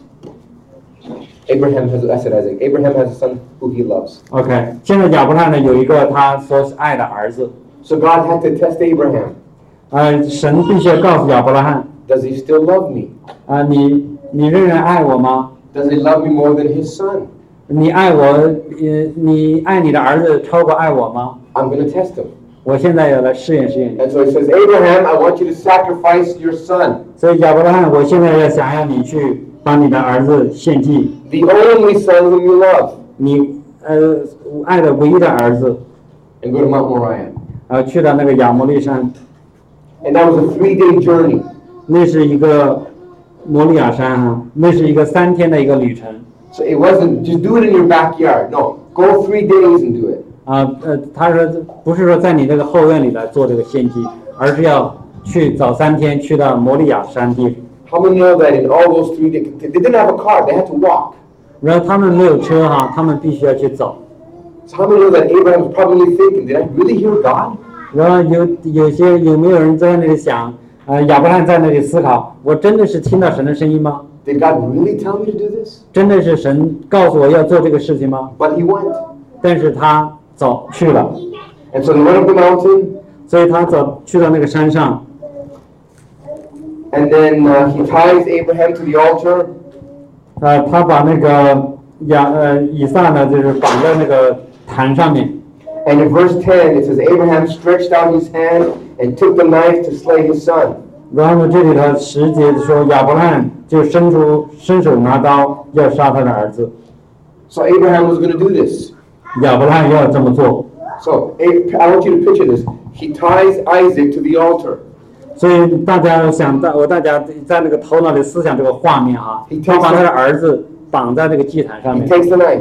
Speaker 2: Abraham has, I said Isaac, Abraham has a son who he loves.
Speaker 1: o k 现在亚伯兰呢有一个他所爱的儿子，
Speaker 2: So God had to test Abraham.
Speaker 1: 呃，神必须要告诉亚伯拉罕，
Speaker 2: Does he still love me?
Speaker 1: 啊、你你仍然爱我吗？
Speaker 2: Does he love me more than his son?
Speaker 1: 你爱我，呃，你爱你的儿子超过爱我吗？
Speaker 2: I'm going to test him.
Speaker 1: 我现在要来试验试验你。
Speaker 2: And so he says, Abraham, I want you to sacrifice your son,
Speaker 1: 所以亚伯拉罕，我现在要想要你去把你的儿子献祭，
Speaker 2: the only son whom you love,
Speaker 1: 你呃爱的唯一的儿子，
Speaker 2: and go to Mount Moriah.
Speaker 1: 呃去到那个亚摩利山，
Speaker 2: And that was a three day journey.
Speaker 1: 那是一个摩利亚山啊，那是一个三天的一个旅程
Speaker 2: So it wasn't just do it in your backyard. No, go three days and do it.
Speaker 1: 啊呃，他说不是说在你这个后院里来做这个献祭，而是要去早三天去到摩利亚山地，
Speaker 2: How many know that in all those three days, they didn't have a car, they had to walk.
Speaker 1: 然后他们没有车哈、他们必须要去走，
Speaker 2: So how many know that Abraham was probably thinking, did I really hear God?
Speaker 1: 然后有有些有没有人在那里想，呃亚伯拉罕在那里思考，我真的是听到神的声音吗？
Speaker 2: Did God really tell me to do this?
Speaker 1: 真的是神告诉我要做这个事情吗？
Speaker 2: But he went.
Speaker 1: 但是他早去了，
Speaker 2: And so they went up the mountain,
Speaker 1: 所以他早去到那个山上，
Speaker 2: and then uh, he ties Abraham to the altar,
Speaker 1: 呃，他把那个亚呃以撒呢，就是绑在那个坛上面，
Speaker 2: and in verse 10 it says, Abraham stretched out his hand and took the knife to slay his son.
Speaker 1: 然后呢，这里头十节说亚伯拉罕就伸出伸手拿刀要杀他的儿子，
Speaker 2: So Abraham was going to do this.
Speaker 1: 亚伯拉罕要这么做，
Speaker 2: So A- I want you to picture this. He ties Isaac to the altar.
Speaker 1: 所以大家想到我大家在那个头脑里思想这个画面啊，
Speaker 2: He takes
Speaker 1: 他把他的儿子绑在这个祭坛上
Speaker 2: He
Speaker 1: 面。
Speaker 2: takes the knife.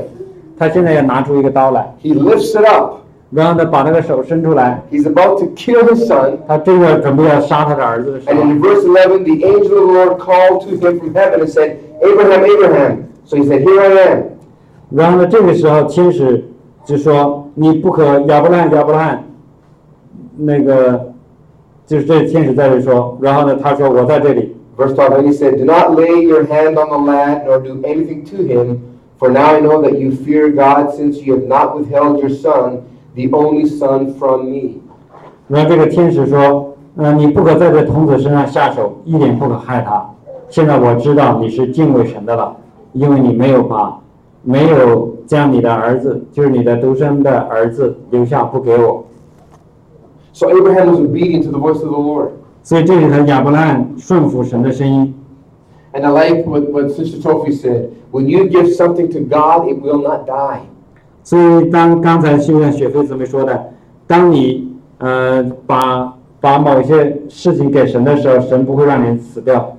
Speaker 1: 他现在要拿出一个刀来，
Speaker 2: He lifts it up.
Speaker 1: 然后他把那个手伸出来，
Speaker 2: He's about to kill his son.
Speaker 1: 他正要准备要杀他的儿子的时
Speaker 2: And
Speaker 1: 候，
Speaker 2: in verse 11, the angel of the Lord called to him from heaven and said, Abraham, Abraham. So he said, Here I am.
Speaker 1: 然后呢，这个时候天使就说：“你不可亚伯兰，亚伯兰。”那个就是这天使在这说，然后呢，他说：“我在这里。
Speaker 2: Verse 12, and he said, Do not lay your hand on the lad, nor do anything to him, for now I know that you fear God, since you have not withheld your son, the only son, from me. ”
Speaker 1: 然后这个天使说：“呃，你不可在这童子身上下手，一点不可害他。现在我知道你是敬畏神的了，因为你没有把没有将你的儿子，就是你的独生的儿子留下不给我。”
Speaker 2: So Abraham was obedient to the voice of the Lord.
Speaker 1: 所以这里头亚伯兰顺服神的声音。
Speaker 2: And I like what, what Sister Tofi said when you give something to God, it will not die.
Speaker 1: 所以当刚才就像雪飞姊妹说的，当你呃把把某些事情给神的时候，神不会让你死掉。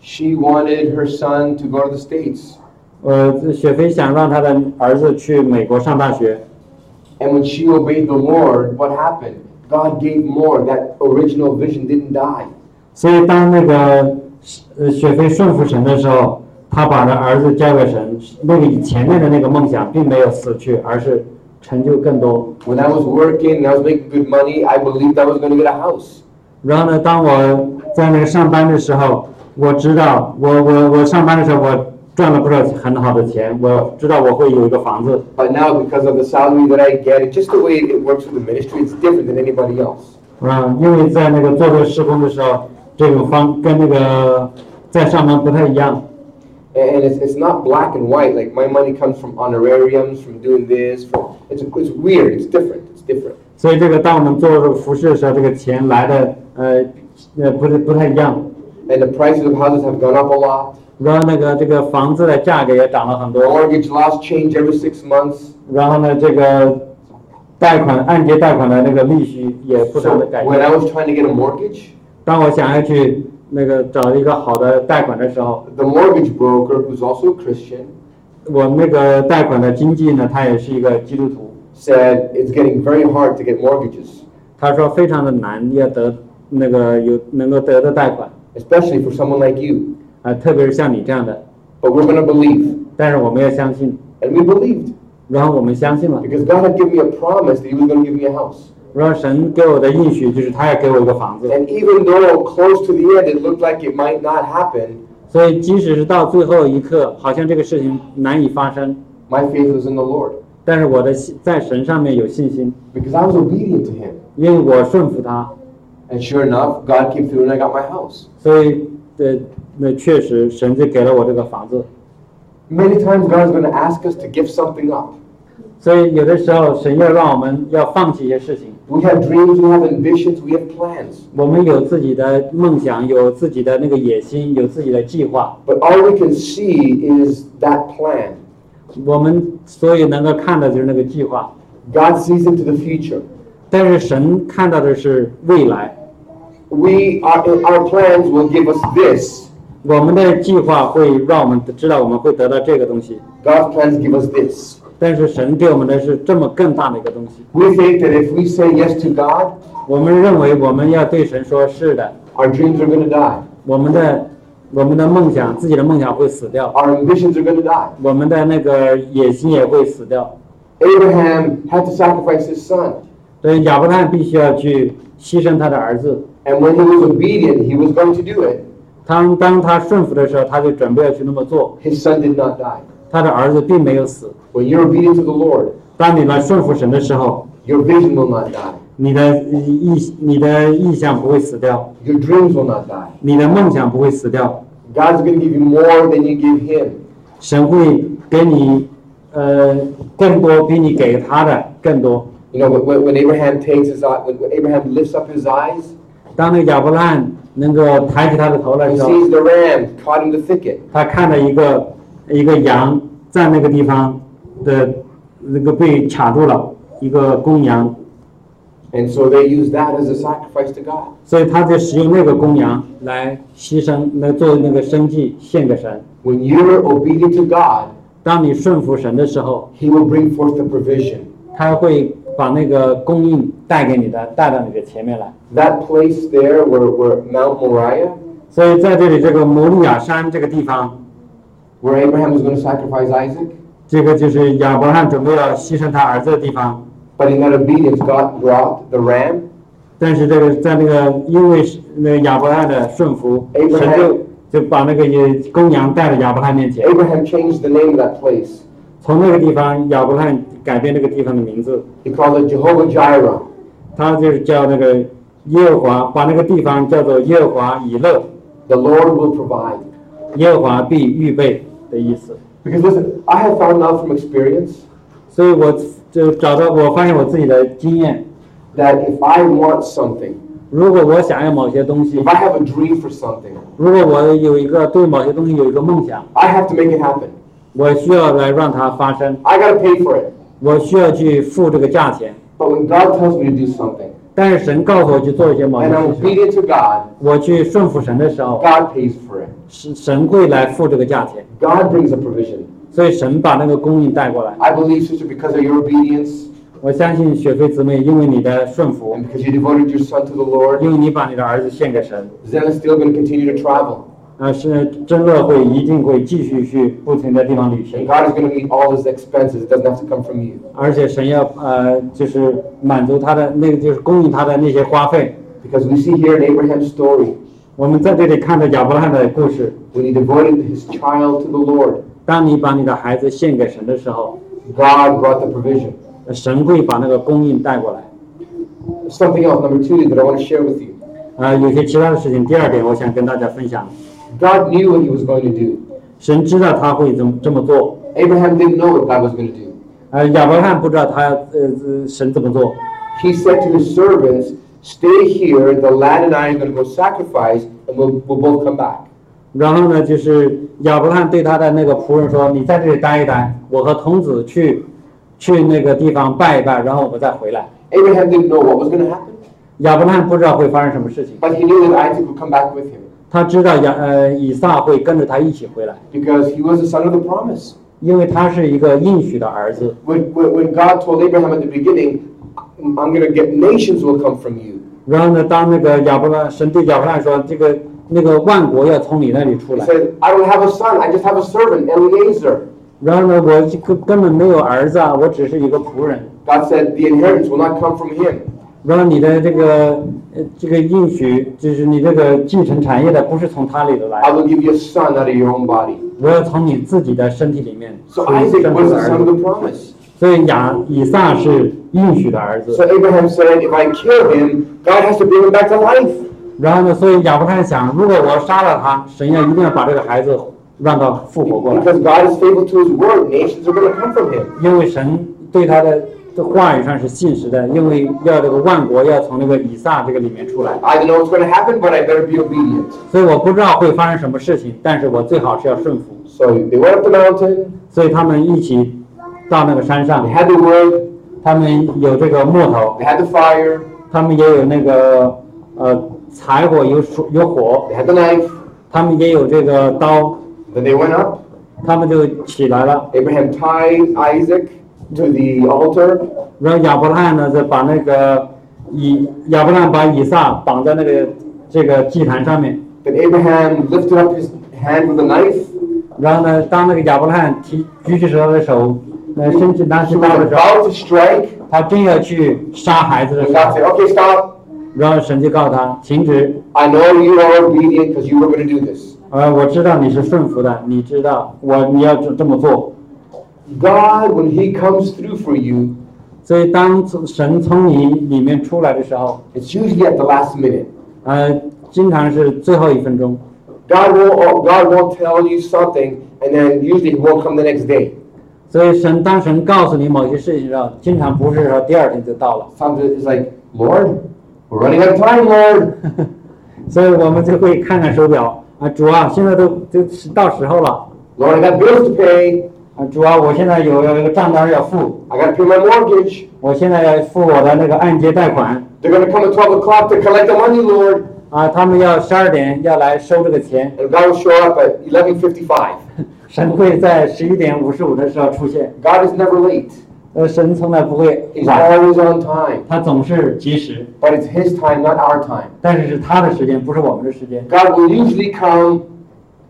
Speaker 2: She wanted her son to go to the States.
Speaker 1: 呃，雪飞想让他的儿子去美国上大学，
Speaker 2: And when she obeyed the Lord, what happened? God gave more. That original vision didn't die.
Speaker 1: 所以当那个呃雪飞顺服神的时候，他把他儿子交给神，那个以前面的那个梦想并没有死去，而是成就更多。
Speaker 2: When I was working and I was making good money, I believed I was going to get a house.
Speaker 1: 然后呢，当我在那个上班的时候，我知道我我我上班的时候我赚了不少很好的钱，我知道我会有一个房子。
Speaker 2: But now, because of the salary that I get, and just the way it works with the ministry, it's different than anybody else.
Speaker 1: 嗯，因为在那个做这个施工的时候，这个方跟那个在上班不太一样，
Speaker 2: And it's, it's not black and white. Like my money comes from honorariums, from doing this. From it's it's weird. It's different. It's different.
Speaker 1: 所以这个当我们做这个服饰的时候，这个钱来的呃呃不是不太一样。
Speaker 2: And the prices of houses have gone up a lot.
Speaker 1: 然后那个这个房子的价格也涨了很
Speaker 2: The
Speaker 1: 多，
Speaker 2: mortgage laws change every six months.
Speaker 1: 然后呢，这个贷款按揭贷款的那个利息也不断
Speaker 2: So
Speaker 1: 的改变
Speaker 2: when。I was trying to get a mortgage,
Speaker 1: 当我想要去那个找一个好的贷款的时候，
Speaker 2: the mortgage broker, who's also a Christian,
Speaker 1: 我那个贷款的经纪呢，他也是一个基督徒，
Speaker 2: said it's getting very hard to get mortgages,
Speaker 1: 他说非常的难要得那个有能够得的贷款
Speaker 2: especially for someone like you.
Speaker 1: 啊、特别是像你这样的。
Speaker 2: But we're going to believe,
Speaker 1: 但是我们要相信，
Speaker 2: and we believed
Speaker 1: 然后我们相信了，
Speaker 2: because God had given me a promise that He was going to give me a house.
Speaker 1: 然后神给我的应许就是他要给我一个房子，
Speaker 2: And even though close to the end, it looked like it might not happen,
Speaker 1: 所以即使是到最后一刻，好像这个事情难以发生，
Speaker 2: my faith was in the Lord
Speaker 1: 但是我的信在神上面有信心，
Speaker 2: because I was obedient to Him.
Speaker 1: 因为我顺服他，
Speaker 2: And sure enough, God came through and I got my house.
Speaker 1: 所以呃，那确实神就给了我这个房子。
Speaker 2: Many times God is going to ask us to give something up.
Speaker 1: 所以有的时候神要让我们要放弃一些事情，
Speaker 2: We have dreams, we have ambitions, we have plans.
Speaker 1: 我们有自己的梦想，有自己的那个野心，有自己的计划。
Speaker 2: But all we can see is that plan.
Speaker 1: 我们所以能够看到就是那个计划，
Speaker 2: God sees into the future.
Speaker 1: 但是神看到的是未来。
Speaker 2: We our, our plans will give us this.
Speaker 1: 我们的计划会让我们知道我们会得到这个东西，
Speaker 2: God's plans give us this.
Speaker 1: 但是神给我们的是这么更大的一个东西。
Speaker 2: We think that if we say yes to God,
Speaker 1: 我们认为我们要对神说是的，
Speaker 2: our dreams are going to die.
Speaker 1: 我们的我们的梦想，自己的梦想会死掉，
Speaker 2: Our ambitions are going to die.
Speaker 1: 我们的那个野心也会死掉。
Speaker 2: Abraham had to sacrifice his son.
Speaker 1: 所以亚伯拉罕必须要去牺牲他的儿子。
Speaker 2: And when he was obedient, he was going to do it.
Speaker 1: 当当他顺服的时候，他就准备要去那么做。
Speaker 2: His son did not die.
Speaker 1: 他的儿子并没有死。
Speaker 2: When you're obedient to the Lord,
Speaker 1: 当你来顺服神的时候，
Speaker 2: your vision will not die.
Speaker 1: 你的意你的意向不会死掉，
Speaker 2: Your dreams will not die.
Speaker 1: 你的梦想不会死掉。
Speaker 2: God's going to give you more than you give him.
Speaker 1: 神会给你呃更多比你给他的更多。
Speaker 2: You know, when, when Abraham takes his eye, when, when Abraham lifts up his eyes,
Speaker 1: 当那个亚伯拉罕能够抬起他的头来
Speaker 2: he
Speaker 1: 的时候，
Speaker 2: sees the ram caught in the thicket.
Speaker 1: 他看到一个一个羊在那个地方的那个被卡住了，一个公羊。
Speaker 2: And so they use that as a sacrifice to God.
Speaker 1: 所以他就使用那个公羊来牺牲，来做那个生祭献给神。
Speaker 2: When you're obedient to God,
Speaker 1: 当你顺服神的时候，
Speaker 2: He will bring forth the provision.
Speaker 1: 他会把那个供应带给你的，带到你的前面来。
Speaker 2: That place there where, where Mount Moriah,
Speaker 1: 所以在这里，这个摩利亚山这个地方，
Speaker 2: where Abraham was going to sacrifice Isaac,
Speaker 1: 这个就是亚伯拉罕准备要牺牲他儿子的地方。
Speaker 2: but in that obedience, God brought the ram.
Speaker 1: 但是这个在那个因为是那个亚伯拉罕的顺服，
Speaker 2: 哎不是
Speaker 1: 神
Speaker 2: 还有
Speaker 1: 就就把那个也公羊带到亚伯拉罕面前。
Speaker 2: Abraham changed the name of that place.
Speaker 1: 从那个地方，亚伯拉罕改变那个地方的名字，
Speaker 2: He called it Jehovah Jireh.
Speaker 1: 他就是叫那个耶和华，把那个地方叫做耶和华以勒，
Speaker 2: The Lord will provide.
Speaker 1: 耶和华必预备的意思。
Speaker 2: Because listen, I have found out from experience
Speaker 1: 所以我就找到，我发现我自己的经验，
Speaker 2: that if I want something,
Speaker 1: 如果我想要某些东西
Speaker 2: if，I have a dream for something,
Speaker 1: 如果我有一个对某些东西有一个梦想，
Speaker 2: I have to make it happen.
Speaker 1: 我需要来让它发生，
Speaker 2: I got to pay for it.
Speaker 1: 我需要去付这个价钱。
Speaker 2: But when God tells me to do something
Speaker 1: 但是神告诉我去做一些某些
Speaker 2: and I'm
Speaker 1: 事情，
Speaker 2: obedient to God,
Speaker 1: 我去顺服神的时候，
Speaker 2: God pays for it.
Speaker 1: 神神会来付这个价钱，
Speaker 2: God brings a provision.
Speaker 1: 所以神把那个供应带过来。
Speaker 2: I believe, sister, because of your obedience
Speaker 1: 我相信雪飞姊妹，因为你的顺服
Speaker 2: and，because you devoted your son to the Lord,
Speaker 1: 因为你把你的儿子献给神，
Speaker 2: Zen is still going to continue to travel.
Speaker 1: 啊，是真乐会一定会继续去不停的地方旅
Speaker 2: And
Speaker 1: 行，
Speaker 2: God is going to meet all his expenses. It doesn't have to come from you.
Speaker 1: 而且神要呃就是满足他的那个就是供应他的那些花费。
Speaker 2: Because we see here in Abraham's story,
Speaker 1: 我们在这里看到亚伯拉罕的故事，
Speaker 2: when he devoted his child to the Lord,
Speaker 1: 当你把你的孩子献给神的时候，
Speaker 2: God brought the provision.
Speaker 1: 神会把那个供应带过来。
Speaker 2: Something else, number two, that I want to share with you.
Speaker 1: 啊、有些其他的事情，第二点我想跟大家分享，
Speaker 2: God knew what he was going to do.
Speaker 1: 神知道他会这么这么做，
Speaker 2: Abraham didn't know what God was going to do.
Speaker 1: 呃，亚伯拉罕不知道他呃呃神怎么做，
Speaker 2: He said to his servants, Stay here, the lad and I are going to go sacrifice, and we'll, we'll both come back.
Speaker 1: 然后呢，就是亚伯拉罕对他的那个仆人说：“你在这里待一待，我和童子去，去那个地方拜一拜，然后我们再回来。
Speaker 2: Abraham didn't know what was going to happen, ”
Speaker 1: 亚伯拉罕不知道会发生什么事情，
Speaker 2: but he knew that Isaac would come back with him
Speaker 1: 他知道亚呃以撒会跟着他一起回来，
Speaker 2: because he was the son of the promise.
Speaker 1: 因为他是一个应许的儿子。
Speaker 2: When, when, when God told Abraham at the beginning, I'm going to get nations will come from you.
Speaker 1: 然后呢，当那个亚伯拉神对亚伯拉罕说：“这个那个万国要从你那里出
Speaker 2: He
Speaker 1: 来。
Speaker 2: said, I don't have a son, I just have a servant, Eliezer. ”
Speaker 1: 然后呢，我这个根本没有儿子啊，我只是一个仆人。
Speaker 2: God said, The inheritance will not come from him.
Speaker 1: 然后你的这个呃这个应许，就是你这个继承产业的，不是从他里头来
Speaker 2: I
Speaker 1: 的。
Speaker 2: will give you a son out of your own body.
Speaker 1: 我要从你自己的身体里面
Speaker 2: So
Speaker 1: 出
Speaker 2: Isaac
Speaker 1: 生
Speaker 2: was
Speaker 1: 出
Speaker 2: the
Speaker 1: 儿
Speaker 2: son of
Speaker 1: 子，
Speaker 2: the promise.
Speaker 1: 所以亚以撒是应许的儿子。
Speaker 2: So Abraham said, if I kill him, God has to bring him back to life.
Speaker 1: 然后呢，所以亚伯拉罕想，如果我杀了他，神要一定要把这个孩子让他复活过来，
Speaker 2: Because God is faithful to his word, nations are going to come from him.
Speaker 1: 因为神对他的话语上是信实的，因为要这个万国要从那个以撒这个里面出来。
Speaker 2: I don't know what's going to happen, but I better be obedient.
Speaker 1: 所以我不知道会发生什么事情，但是我最好是要顺服。
Speaker 2: So they went up the mountain,
Speaker 1: 所以他们一起到那个山上
Speaker 2: they，had the wood,
Speaker 1: 他们有这个木头
Speaker 2: they，had the fire,
Speaker 1: 他们也有那个呃柴火，有水有火，
Speaker 2: they had the knife.
Speaker 1: 他们也有这个刀，
Speaker 2: Then they went up.
Speaker 1: 他们就起来了。
Speaker 2: Abraham tied Isaac to the altar.
Speaker 1: 然后亚伯拉罕呢，就把那个以亚伯拉罕把以撒绑在那个这个祭坛上面。
Speaker 2: Then Abraham lifted up his hand with a knife.
Speaker 1: 然后呢，当那个亚伯拉罕提举起他的手，呃，伸起拿
Speaker 2: He
Speaker 1: 起
Speaker 2: was
Speaker 1: 刀的时候，
Speaker 2: about to strike.
Speaker 1: 他真要去杀孩子的
Speaker 2: And
Speaker 1: 时
Speaker 2: God
Speaker 1: 候，
Speaker 2: said, okay, stop.
Speaker 1: 然后神就告诉他停止，
Speaker 2: I know you are obedient because you were going to do this.
Speaker 1: 呃，我知道你是顺服的，你知道我你要这这么做。
Speaker 2: God, when He comes through for you,
Speaker 1: 所以当从神从你里面出来的时候，
Speaker 2: it's usually at the last minute.
Speaker 1: 呃，经常是最后一分钟。
Speaker 2: God will God will tell you something, and then usually He won't come the next day.
Speaker 1: 所以神当神告诉你某些事情的时候，经常不是说第二天就到了。 <laughs>
Speaker 2: Sometimes it's like, Lord, we're running out of time, Lord.
Speaker 1: 所以我们就会看看手表啊，主啊，现在都都到时候了，
Speaker 2: Lord, I got bills to pay.
Speaker 1: 啊，主啊，我现在有有一个账单要付，
Speaker 2: I gotta pay my mortgage.
Speaker 1: 我现在要付我的那个按揭贷款
Speaker 2: They're gonna come at 12 o'clock to collect the money, Lord.
Speaker 1: 啊，他们要十二点要来收这个钱，
Speaker 2: And God will show up at 11:55.
Speaker 1: 神会在十一点五十五的时候出现。
Speaker 2: God is never late.
Speaker 1: 呃，神从来不会
Speaker 2: He's
Speaker 1: 晚，
Speaker 2: always on time.
Speaker 1: 他总是及时，
Speaker 2: But it's His time, not our time.
Speaker 1: 但是是他的时间，不是我们的时间。
Speaker 2: God will usually come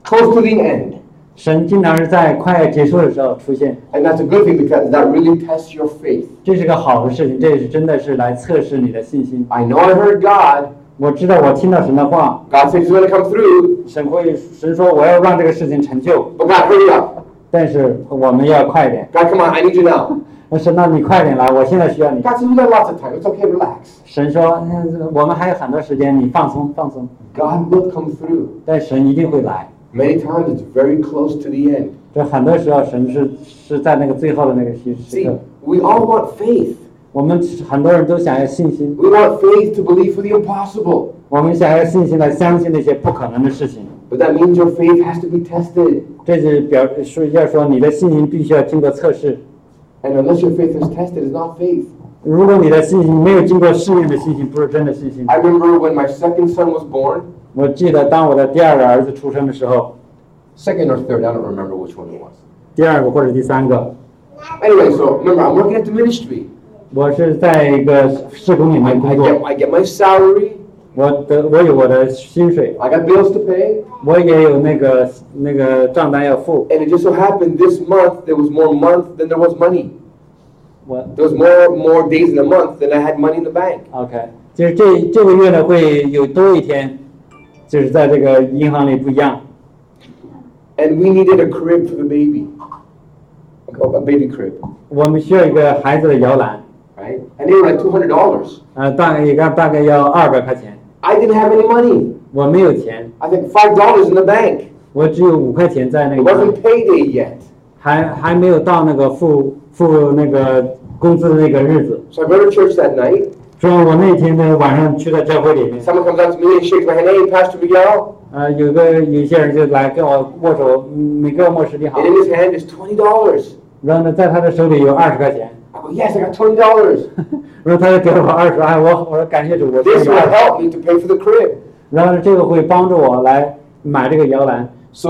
Speaker 2: close to the end.
Speaker 1: 神经常是在快结束的时候出现，
Speaker 2: And that's a good thing because that really tests your faith.
Speaker 1: 这是个好的事情，这是真的是来测试你的信心。
Speaker 2: I know I heard God.
Speaker 1: 我知道我听到神的话，
Speaker 2: God said He's gonna come through.
Speaker 1: 神会神说我要让这个事情成就，
Speaker 2: But God, hurry up.
Speaker 1: 但是我们要快点。
Speaker 2: God, come on, I need you now.
Speaker 1: 那神，那你快点来，我现在需要你。
Speaker 2: God said, You got lots of time. It's okay, relax.
Speaker 1: 神说，嗯我们还有很多时间，你放松放松。
Speaker 2: God will come through.
Speaker 1: 但神一定会来。
Speaker 2: Many times it's very close to the end.
Speaker 1: 这很多时候，神是是在那个最后的那个时时
Speaker 2: See,
Speaker 1: 刻。
Speaker 2: we all want faith.
Speaker 1: 我们很多人都想要信心，
Speaker 2: We want faith to believe for the impossible.
Speaker 1: 我们想要信心来相信那些不可能的事情。
Speaker 2: But that means your faith has to be tested.
Speaker 1: 这是表示要说你的信心必须要经过测试。
Speaker 2: And unless your faith is tested, it's not faith.
Speaker 1: 如果你的信心没有经过试验的信心，不是真的信心
Speaker 2: I。remember when my second son was born,
Speaker 1: 我记得当我的第二个儿子出生的时候，
Speaker 2: second or third, I don't remember which one it was.
Speaker 1: 第二个或者第三个，
Speaker 2: Anyway, so remember, I'm working at the ministry.
Speaker 1: 我是在一个施工里
Speaker 2: I,
Speaker 1: 面
Speaker 2: I
Speaker 1: 工作
Speaker 2: get,，I get my salary,
Speaker 1: 我的我有我的薪水，
Speaker 2: I got bills to pay,
Speaker 1: 我也有那个那个账单要付。
Speaker 2: and it just so happened this month there was more month than there was money.
Speaker 1: 我
Speaker 2: There was more more days in the month than I had money in the bank.
Speaker 1: OK，就是这这个月呢会有多一天，就是在这个银行里不一样。
Speaker 2: And we needed a crib for the baby, a, a baby crib,
Speaker 1: 我们需要一个孩子的摇篮，
Speaker 2: right? And they were like two hundred dollars.
Speaker 1: 呃，大概一个大概要二百块钱，
Speaker 2: I didn't have any money.
Speaker 1: 我没有钱，
Speaker 2: I think five dollars in the bank.
Speaker 1: 我只有五块钱在那
Speaker 2: It
Speaker 1: 个银行里
Speaker 2: wasn't payday yet.
Speaker 1: 还还没有到那个付付那个工资的那个日子。
Speaker 2: So I go to church that night.
Speaker 1: 所以我那天呢晚上去到教会里面，
Speaker 2: Someone comes up to me and shakes my hand. Hey, Pastor Miguel.
Speaker 1: 呃，有个有些人就来跟我握手，嗯每个握手你好
Speaker 2: And，in his hand is twenty dollars.
Speaker 1: 然后呢，在他的手里有二十块钱，
Speaker 2: I go, yes, I got twenty dollars.
Speaker 1: <laughs> 然后他就给了我二十，哎，我我说感谢主，我
Speaker 2: This
Speaker 1: 这
Speaker 2: will
Speaker 1: 个，
Speaker 2: help me to pay for the crib.
Speaker 1: 然后呢，这个会帮助我来买这个摇篮，
Speaker 2: So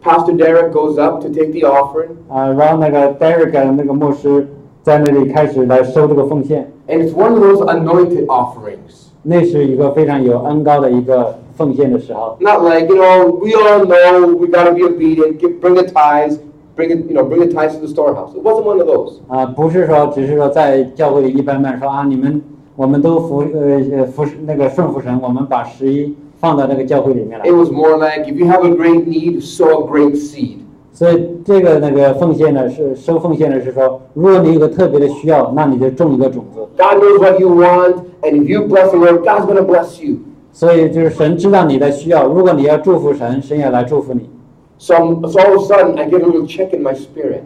Speaker 2: Pastor Derek goes up to take the offering,
Speaker 1: 啊、然后那个 Derek 啊那个牧师在那里开始来收这个奉献，
Speaker 2: and it's one of those anointed offerings.
Speaker 1: 那是一个非常有恩高的一个奉献的时候，
Speaker 2: Not like you know, we all know we gotta be obedient. Give, bring the tithes, bring it, you know, bring the tithes to the storehouse. It wasn't one of those.
Speaker 1: 啊、不是说只是说在教会里一般般说啊，你们我们都服呃呃服那个顺服神，我们把十一放到那个教会里面来
Speaker 2: It，was more like if you have a great need, sow a great seed.
Speaker 1: 所以这个那个奉献呢是收奉献呢是说，如果你有个特别的需要，那你就种一个种子，
Speaker 2: God knows what you want, and if you bless the Lord, God's gonna bless you.
Speaker 1: 所以就是神知道你的需要，如果你要祝福神，神也来祝福你。
Speaker 2: So, I'm- so all of a sudden, I get a little check in my spirit.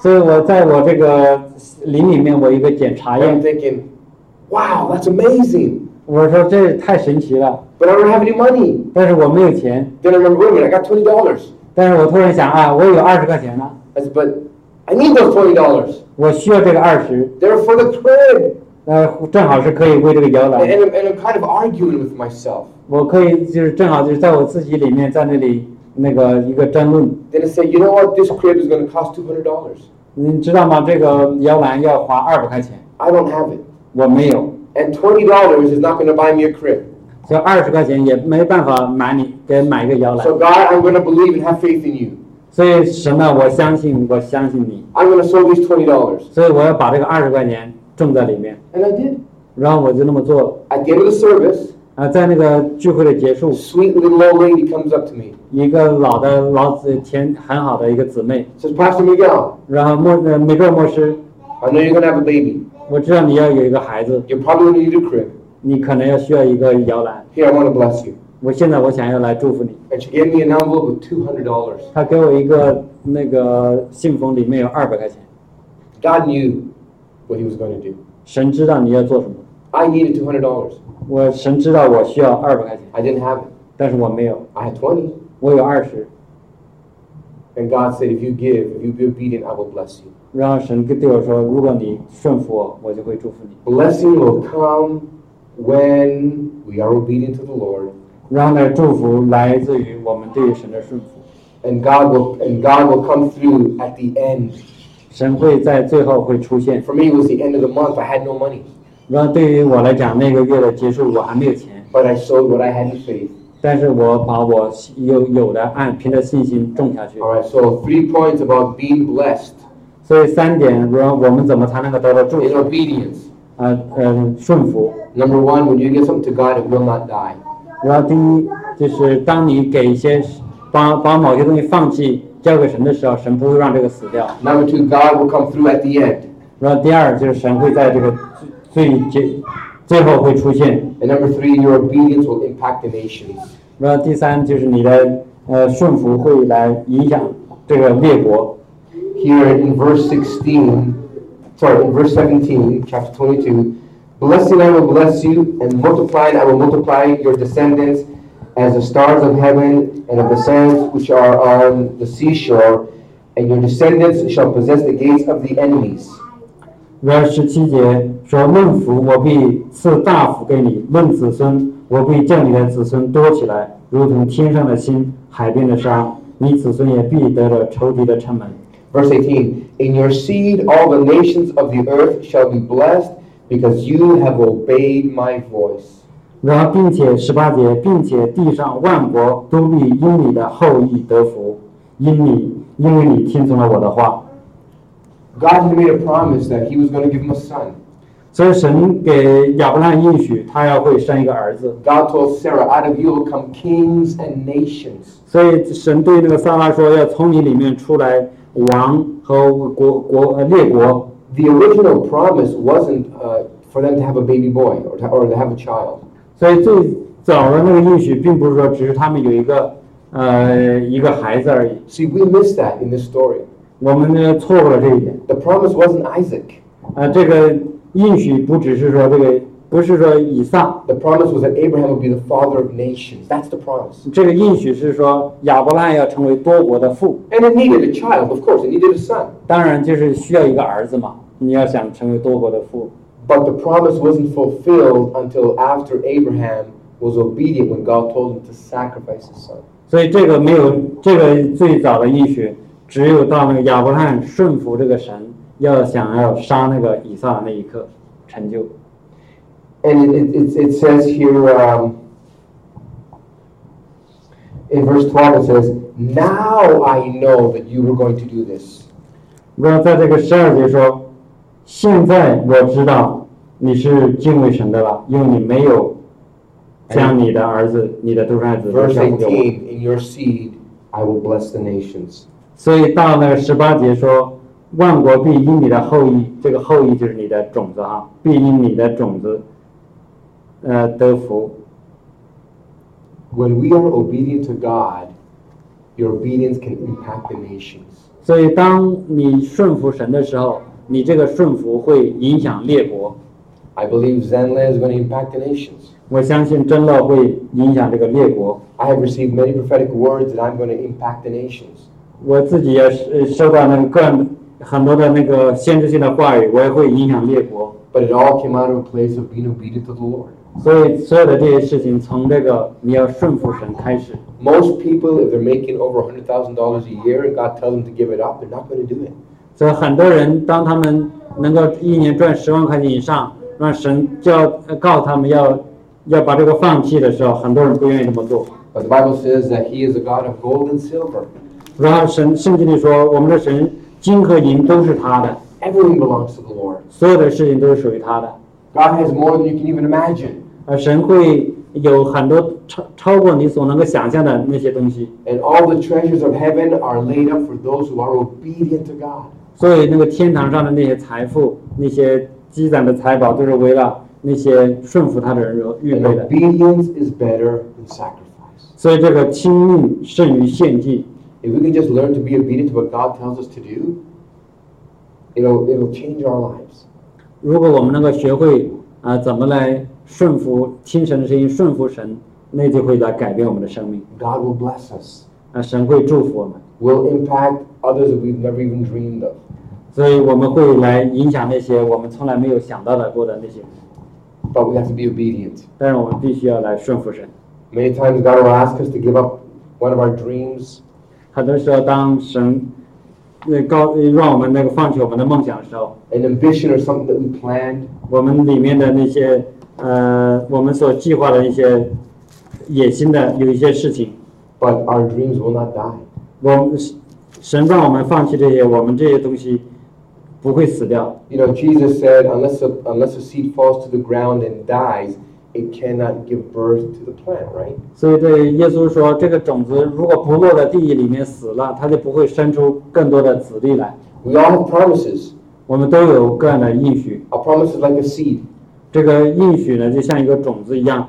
Speaker 1: 所以我在我这个林里面，我一个检查
Speaker 2: And I'm
Speaker 1: 院，
Speaker 2: thinking, wow, that's amazing.
Speaker 1: 我说这太神奇了，
Speaker 2: But I don't have any money.
Speaker 1: 但是我没有钱，
Speaker 2: Then I remember, wait a minute, I got twenty dollars.
Speaker 1: 但是我突然想啊，我有二十块钱呢，
Speaker 2: I said, but I need those twenty dollars.
Speaker 1: 我需要这个二十，
Speaker 2: They're for the crib.
Speaker 1: 呃，正好是可以为这个摇
Speaker 2: And,
Speaker 1: 篮，
Speaker 2: and, I'm, and I'm kind of arguing with myself.
Speaker 1: 我可以就是正好就是在我自己里面在那里那个一个争论，
Speaker 2: Then I said, you know what? This crib is going to cost two hundred dollars.
Speaker 1: 你知道吗？这个摇篮要花二百块钱，
Speaker 2: I don't have it,
Speaker 1: 我没有，
Speaker 2: and twenty dollars is not going to buy me a crib.
Speaker 1: 所以二十块钱也没办法买你给买一个摇篮，
Speaker 2: So God, I'm going to believe and have faith in you.
Speaker 1: 所以神呢，我相信我相信你，
Speaker 2: I'm going to sow these twenty dollars,
Speaker 1: 所以我要把这个二十块钱种在里面，
Speaker 2: and I did.
Speaker 1: 然后我就那么做了。
Speaker 2: At the end of the service,
Speaker 1: 啊，在那个聚会的结束
Speaker 2: a，sweet little old lady comes up to me,
Speaker 1: 一个老的老子前很好的一个姊妹，
Speaker 2: says, Pastor Miguel,
Speaker 1: 然后莫呃每个牧师，
Speaker 2: I know you're going to have a baby.
Speaker 1: 我知道你要有一个孩子，
Speaker 2: You're probably going to need a crib.
Speaker 1: 你可能要需要一个摇篮，
Speaker 2: Here, I want to bless you.
Speaker 1: 我现在我想要来祝福你。
Speaker 2: And she gave me an envelope with two hundred dollars.
Speaker 1: 他给我一个那个信封，里面有二百块钱。
Speaker 2: God knew what he was going to do.
Speaker 1: 神知道你要做什么，
Speaker 2: I needed two hundred dollars.
Speaker 1: 我神知道我需要二百块钱，
Speaker 2: I didn't have it.
Speaker 1: 但是我没有，
Speaker 2: I had twenty.
Speaker 1: 我有二十。
Speaker 2: And God said, If you give, if you be obedient, I will bless you.
Speaker 1: 然后神跟对我说：“如果你顺服我，我就会祝福你。
Speaker 2: Blessing will come when we are obedient to the Lord. ”
Speaker 1: 然后呢，祝福来自于我们对神的顺服，
Speaker 2: And God will and God will come through at the end.
Speaker 1: 神会在最后会出现。
Speaker 2: For me it was the end of the month. I had no money.
Speaker 1: 然后对于我来讲，那个月的结束我还没有钱，
Speaker 2: But I sowed what I had in faith.
Speaker 1: 但是我把我有有的按凭着信心种下去。
Speaker 2: Alright, so three points about being blessed
Speaker 1: 所以三点，我我们怎么才能够得到祝
Speaker 2: in
Speaker 1: 福？
Speaker 2: obedience.
Speaker 1: 啊，嗯，顺服。
Speaker 2: Number one, when you give something to God, it will not die.
Speaker 1: 然后第一就是当你给一些把把某些东西放弃交给神的时候，神不会让这个死掉。
Speaker 2: Number two, God will come through at the end.
Speaker 1: 然后第二就是神会在这个最最结最后会出现。
Speaker 2: And number three, your obedience will impact the nations.
Speaker 1: 然后第三就是你的呃顺服会来影响这个列国。
Speaker 2: Here in verse 16, sorry, in verse 17, chapter 22, blessing I will bless you, and multiplying I will multiply your descendants as the stars of heaven and of the sands which are on the seashore, and your descendants shall possess the gates of the enemies.
Speaker 1: 然后十七节说：“论福，我必赐大福给你；论子孙，我必叫你的子孙多起来，如同天上的星，海边的沙。你子孙也必得了仇敌的城门。”
Speaker 2: Verse 18 In your seed all the nations of the earth shall be blessed, because you have obeyed my voice.
Speaker 1: 然后，并且十八节，并且地上万国都必因你的后裔得福，因你，因为你听从了我的话。
Speaker 2: God had made a promise that he was going to give him a son.
Speaker 1: 所以，神给亚伯拉罕应许，他要会生一个儿子。
Speaker 2: God told Sarah, Out of you will come kings and nations.
Speaker 1: 所以，神对那个撒拉说，要从你里面出来王和国国呃列国。
Speaker 2: The original promise wasn't uh, for them to have a baby boy or to, or to have a child.
Speaker 1: 所以，最早的那个应许，并不是说只是他们有一个呃一个孩子而已。
Speaker 2: See, we miss that in this story.
Speaker 1: 我们呢错过了这一点。
Speaker 2: The promise wasn't Isaac,
Speaker 1: 呃，这个应许不只是说这个，不是说以撒。
Speaker 2: the promise was that Abraham would be the father of nations. That's the promise.
Speaker 1: 这个应许是说亚伯拉罕要成为多国的父，
Speaker 2: And it needed a child, of course, it needed a son.
Speaker 1: 当然就是需要一个儿子嘛。你要想成为多国的父，
Speaker 2: But the promise wasn't fulfilled until after Abraham was obedient when God told him to sacrifice his son.
Speaker 1: 所以这个没有这个最早的应许，只有到那个亚伯拉罕顺服这个神，要想要杀那个以撒的那一刻成就。
Speaker 2: And it, it, it, it says here um, in verse 12, it says, Now I know that you were going to do this.
Speaker 1: 然后在这个十二节说，现在我知道你是敬畏神的了，因为你没有将你的儿子、你的独生子都
Speaker 2: Verse
Speaker 1: 交给我。
Speaker 2: 18, In your seed I will bless the nations.
Speaker 1: 所以到那个十八节说，万国必因你的后裔，这个后裔就是你的种子啊，必因你的种子，呃，得福。
Speaker 2: When we are obedient to God, your obedience can impact the nations.
Speaker 1: 所以当你顺服神的时候，你这个顺服会影响列国。
Speaker 2: I believe Zenland is going to impact the nations.
Speaker 1: 我相信真道会影响这个列国。
Speaker 2: I have received many prophetic words that I'm going to impact the nations.
Speaker 1: 我自己也是呃收到那个个人很多的那个限制性的话语，我也会影响列国。
Speaker 2: But it all came out of a place of being obedient to the Lord.
Speaker 1: 所以所有的这些事情，从这个你要顺服神开始。
Speaker 2: Most people, if they're making over $100,000 a year and God tells them to give it up, they're not going to do it.
Speaker 1: 所以很多人当他们能够一年赚十万块钱以上，让神就要呃告他们要要把这个放弃的时候，很多人不愿意这么做。
Speaker 2: But the Bible says that He is a God of gold and silver.
Speaker 1: 然后神圣经里说，我们的神金和银都是他的，
Speaker 2: Everything belongs to the Lord.
Speaker 1: 所有的事情都是属于他的，
Speaker 2: God has more than you can even imagine.
Speaker 1: 而神会有很多超超过你所能够想象的那些东西。
Speaker 2: And all the treasures of heaven are laid up for those who are obedient to God.
Speaker 1: 所以那个天堂上的那些财富，那些积攒的财宝，都是为了那些顺服他的人而预
Speaker 2: And
Speaker 1: 备的。
Speaker 2: obedience is better than sacrifice.
Speaker 1: 所以这个亲命胜于献祭。
Speaker 2: If we can just learn to be obedient to what God tells us to do, it'll, it'll change our lives.
Speaker 1: 如果我们能够学会啊、怎么来顺服听神的声音，顺服神，那就会来改变我们的生命。
Speaker 2: God will bless us.
Speaker 1: 那神会祝福我们，
Speaker 2: will impact others that we've never even dreamed of.
Speaker 1: 所以我们会来影响那些我们从来没有想到的过的那些人，
Speaker 2: But we have to be obedient.
Speaker 1: 但是我们必须要来顺服神。
Speaker 2: Many times God will ask us to give up one of our dreams,
Speaker 1: 很多时候，当神那告让我们那个放弃我们的梦想的时候，
Speaker 2: an ambition or something that we planned,
Speaker 1: 我们里面的那些呃，我们所计划的一些野心的有一些事情，
Speaker 2: but our dreams will not die.
Speaker 1: 我们神让我们放弃这些，我们这些东西不会死掉。
Speaker 2: You know, Jesus said, unless a, unless a seed falls to the ground and dies, it cannot give birth to the plant, right?
Speaker 1: 所以对耶稣说，这个种子如果不落在地里面死了，它就不会生出更多的子粒来。
Speaker 2: We all have promises.
Speaker 1: 我们都有各样的应许，
Speaker 2: A promise is like a seed.
Speaker 1: 这个应许呢，就像一个种子一样，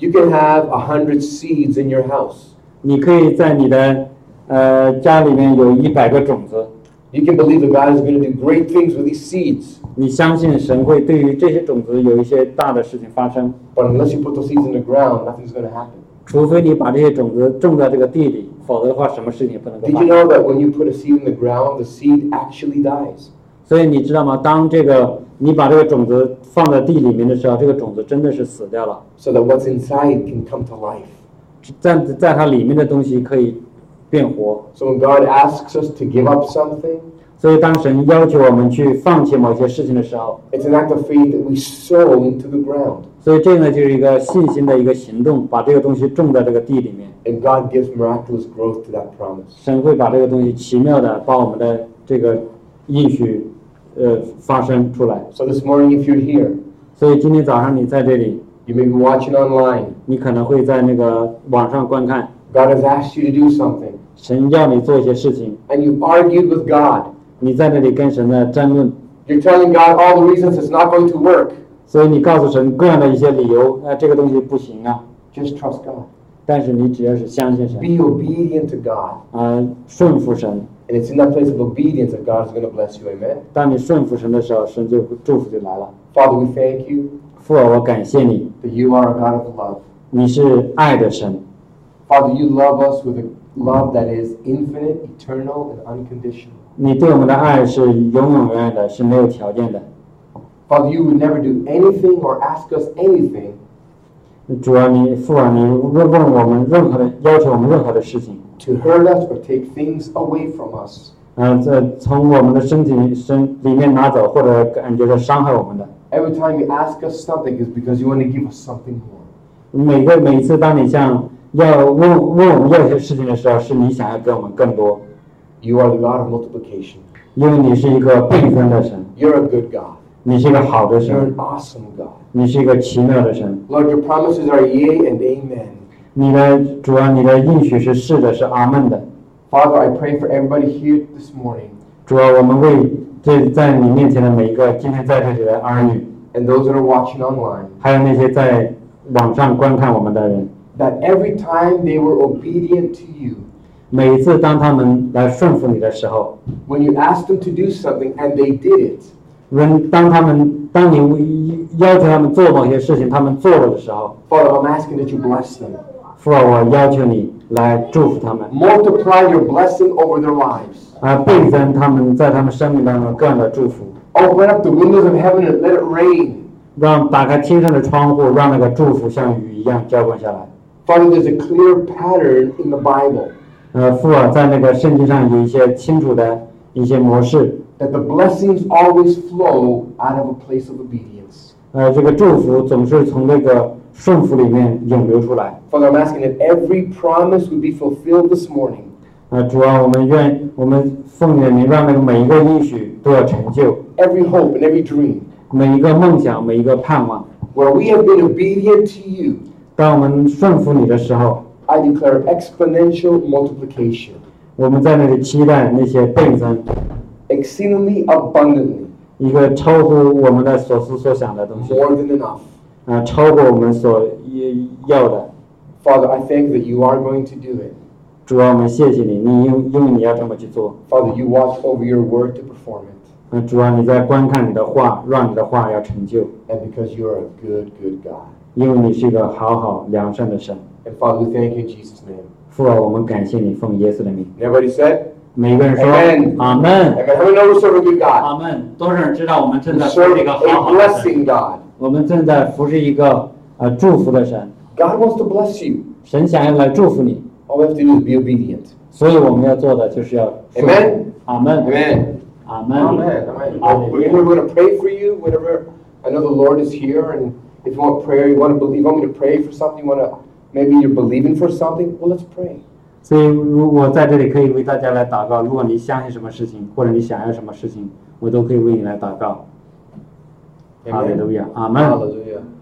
Speaker 2: You can have a hundred seeds in your house.
Speaker 1: 你可以在你的呃家里面有一百个种子，
Speaker 2: You can believe that God is going to do great things with these seeds.
Speaker 1: 你相信神会对于这些种子有一些大的事情发生，
Speaker 2: But unless you put those seeds in the ground, nothing's going to happen.
Speaker 1: 除非你把这些种子种在这个地里，否则的话，什么事情也不能够
Speaker 2: Did
Speaker 1: 发
Speaker 2: you
Speaker 1: 生。
Speaker 2: know that when you put a seed in the ground, the seed actually dies?
Speaker 1: 所以你知道吗？当这个你把这个种子放在地里面的时候，这个种子真的是死掉了，
Speaker 2: So that what's inside can come to life.
Speaker 1: 在在它里面的东西可以变活。
Speaker 2: So when God asks us to give up something,
Speaker 1: 所以当神要求我们去放弃某些事情的时候，
Speaker 2: it's an act of faith that we sow into the ground.
Speaker 1: 所以这呢就是一个信心的一个行动，把这个东西种在这个地里面，
Speaker 2: And God gives miraculous growth to that promise.
Speaker 1: 神会把这个东西奇妙的把我们的这个应许，呃发生出来。
Speaker 2: So this morning, if you're here,
Speaker 1: 所以今天早上你在这里，
Speaker 2: you may be watching online.
Speaker 1: 你可能会在那个网上观看，
Speaker 2: God has asked you to do something,
Speaker 1: 神要你做一些事情，
Speaker 2: and you've argued with God.
Speaker 1: 你在那里跟神的争论，
Speaker 2: You're telling God all the reasons it's not going to work.
Speaker 1: 所以你告诉神各样的一些理由，啊、这个东西不行啊，
Speaker 2: Just trust God.
Speaker 1: 但是你只要是相信神，
Speaker 2: Be obedient to God.
Speaker 1: 啊、顺服神，
Speaker 2: And it's in that place of obedience that God is going to bless you. Amen.
Speaker 1: 当你顺服神的时候，神就祝福就来了。
Speaker 2: Father, we thank you
Speaker 1: 父啊，我感谢你，
Speaker 2: that you are a God of love.
Speaker 1: 你是爱的神，
Speaker 2: Father, you love us with a love that is infinite, eternal, and unconditional.
Speaker 1: 你对我们的爱是永永远远的，是没有条件的。
Speaker 2: Father, you would never do anything or ask us anything
Speaker 1: 主啊，你父啊，你问问我们任何的要求我们任何的事情，
Speaker 2: to hurt us or take things away from us.
Speaker 1: 呃，这从我们的身体身里面拿走，或者感觉到伤害我们的。
Speaker 2: Every time you ask us something is because you want to give us something more.
Speaker 1: 每个每次当你像要问问我们要一些事情的时候，是你想要给我们更多，
Speaker 2: You are the God of multiplication.
Speaker 1: 因为你是一个备分的神，
Speaker 2: You're a good God.
Speaker 1: 你是一个好的
Speaker 2: You're
Speaker 1: 神
Speaker 2: an，awesome God.
Speaker 1: 你是一个奇妙的神。
Speaker 2: Lord, your promises are yea and amen.
Speaker 1: 你的主啊，你的应许是是的，是阿门的。
Speaker 2: Father, I pray for everybody here this morning
Speaker 1: 主啊，我们为这在你面前的每一个今天在这里的儿女，
Speaker 2: and those that are watching online.
Speaker 1: 还有那些在网上观看我们的人，
Speaker 2: that every time they were obedient to you,
Speaker 1: 每一次当他们来顺服你的时候，
Speaker 2: when you asked them to do something and they did it,
Speaker 1: 人当他们当你要求他们做某些事情，他们做了的时候，
Speaker 2: Father, I'm asking that you bless them.
Speaker 1: 父啊，我要求你来祝福他们，
Speaker 2: Multiply your blessing over their lives.
Speaker 1: 啊，倍增他们在他们生命当中各样的祝福，
Speaker 2: Open up the windows of heaven and let it rain.
Speaker 1: 让打开天上的窗户，让那个祝福像雨一样浇灌下来。
Speaker 2: Father, there's a clear pattern in the Bible
Speaker 1: 呃，父啊，在那个圣经上有一些清楚的一些模式，
Speaker 2: that the blessings always flow out of a place of obedience.
Speaker 1: 呃，这个祝福总是从那个顺服里面涌流出来。
Speaker 2: Father, I'm asking that every promise would be fulfilled this morning.
Speaker 1: 呃，主啊，我们愿我们奉你的名，让那个每一个应许都要成就，
Speaker 2: Every hope and every dream.
Speaker 1: 每一个梦想，每一个盼望。
Speaker 2: Where we have been obedient to you,
Speaker 1: 当我们顺服你的时候，
Speaker 2: I declare exponential multiplication,
Speaker 1: 我们在那里期待那些倍增，
Speaker 2: exceedingly abundantly,
Speaker 1: 一个超乎我们的所思所想的东西，
Speaker 2: more than enough.
Speaker 1: 呃，超过我们所要的。
Speaker 2: Father, I thank that you are going to do it.
Speaker 1: 主啊，我们谢谢你，你因因为你要这么去做。呃
Speaker 2: Father, you watch over your word to perform it.
Speaker 1: 嗯，主啊，你在观看你的话，让你的话要成就。
Speaker 2: And because you are a good, good God.
Speaker 1: 因为你是个好好良善的神。
Speaker 2: And Father, we thank you in Jesus' name.
Speaker 1: 父啊，我们感谢你，奉耶稣的名。
Speaker 2: And everybody said,
Speaker 1: 每个人说
Speaker 2: Amen
Speaker 1: 阿门，
Speaker 2: Amen. How many know we serve a good God?
Speaker 1: 阿门。多少人知道我们正
Speaker 2: We
Speaker 1: 在服
Speaker 2: serve
Speaker 1: 侍一
Speaker 2: a
Speaker 1: 个好好的神？
Speaker 2: blessing God.
Speaker 1: 我们正在服侍一个呃祝福的神，
Speaker 2: God wants to bless you.
Speaker 1: 神想要来祝福你，
Speaker 2: All we have to do is be obedient.
Speaker 1: 所以我们要做的就是要顺服
Speaker 2: Amen
Speaker 1: 阿门，
Speaker 2: Amen.
Speaker 1: 阿门，
Speaker 2: Amen. Amen.
Speaker 1: Amen.
Speaker 2: We're going to pray for you. Whenever I know the Lord is here, and if you want prayer, you want to believe, you want me to pray for something, you want to maybe you're believing for something. Well, let's pray.
Speaker 1: 所以，如我在这里可以为大家来祷告。如果你相信什么事情，或者你想要什么事情，我都可以为你来祷告。哈利路亚，阿门。
Speaker 2: Hallelujah.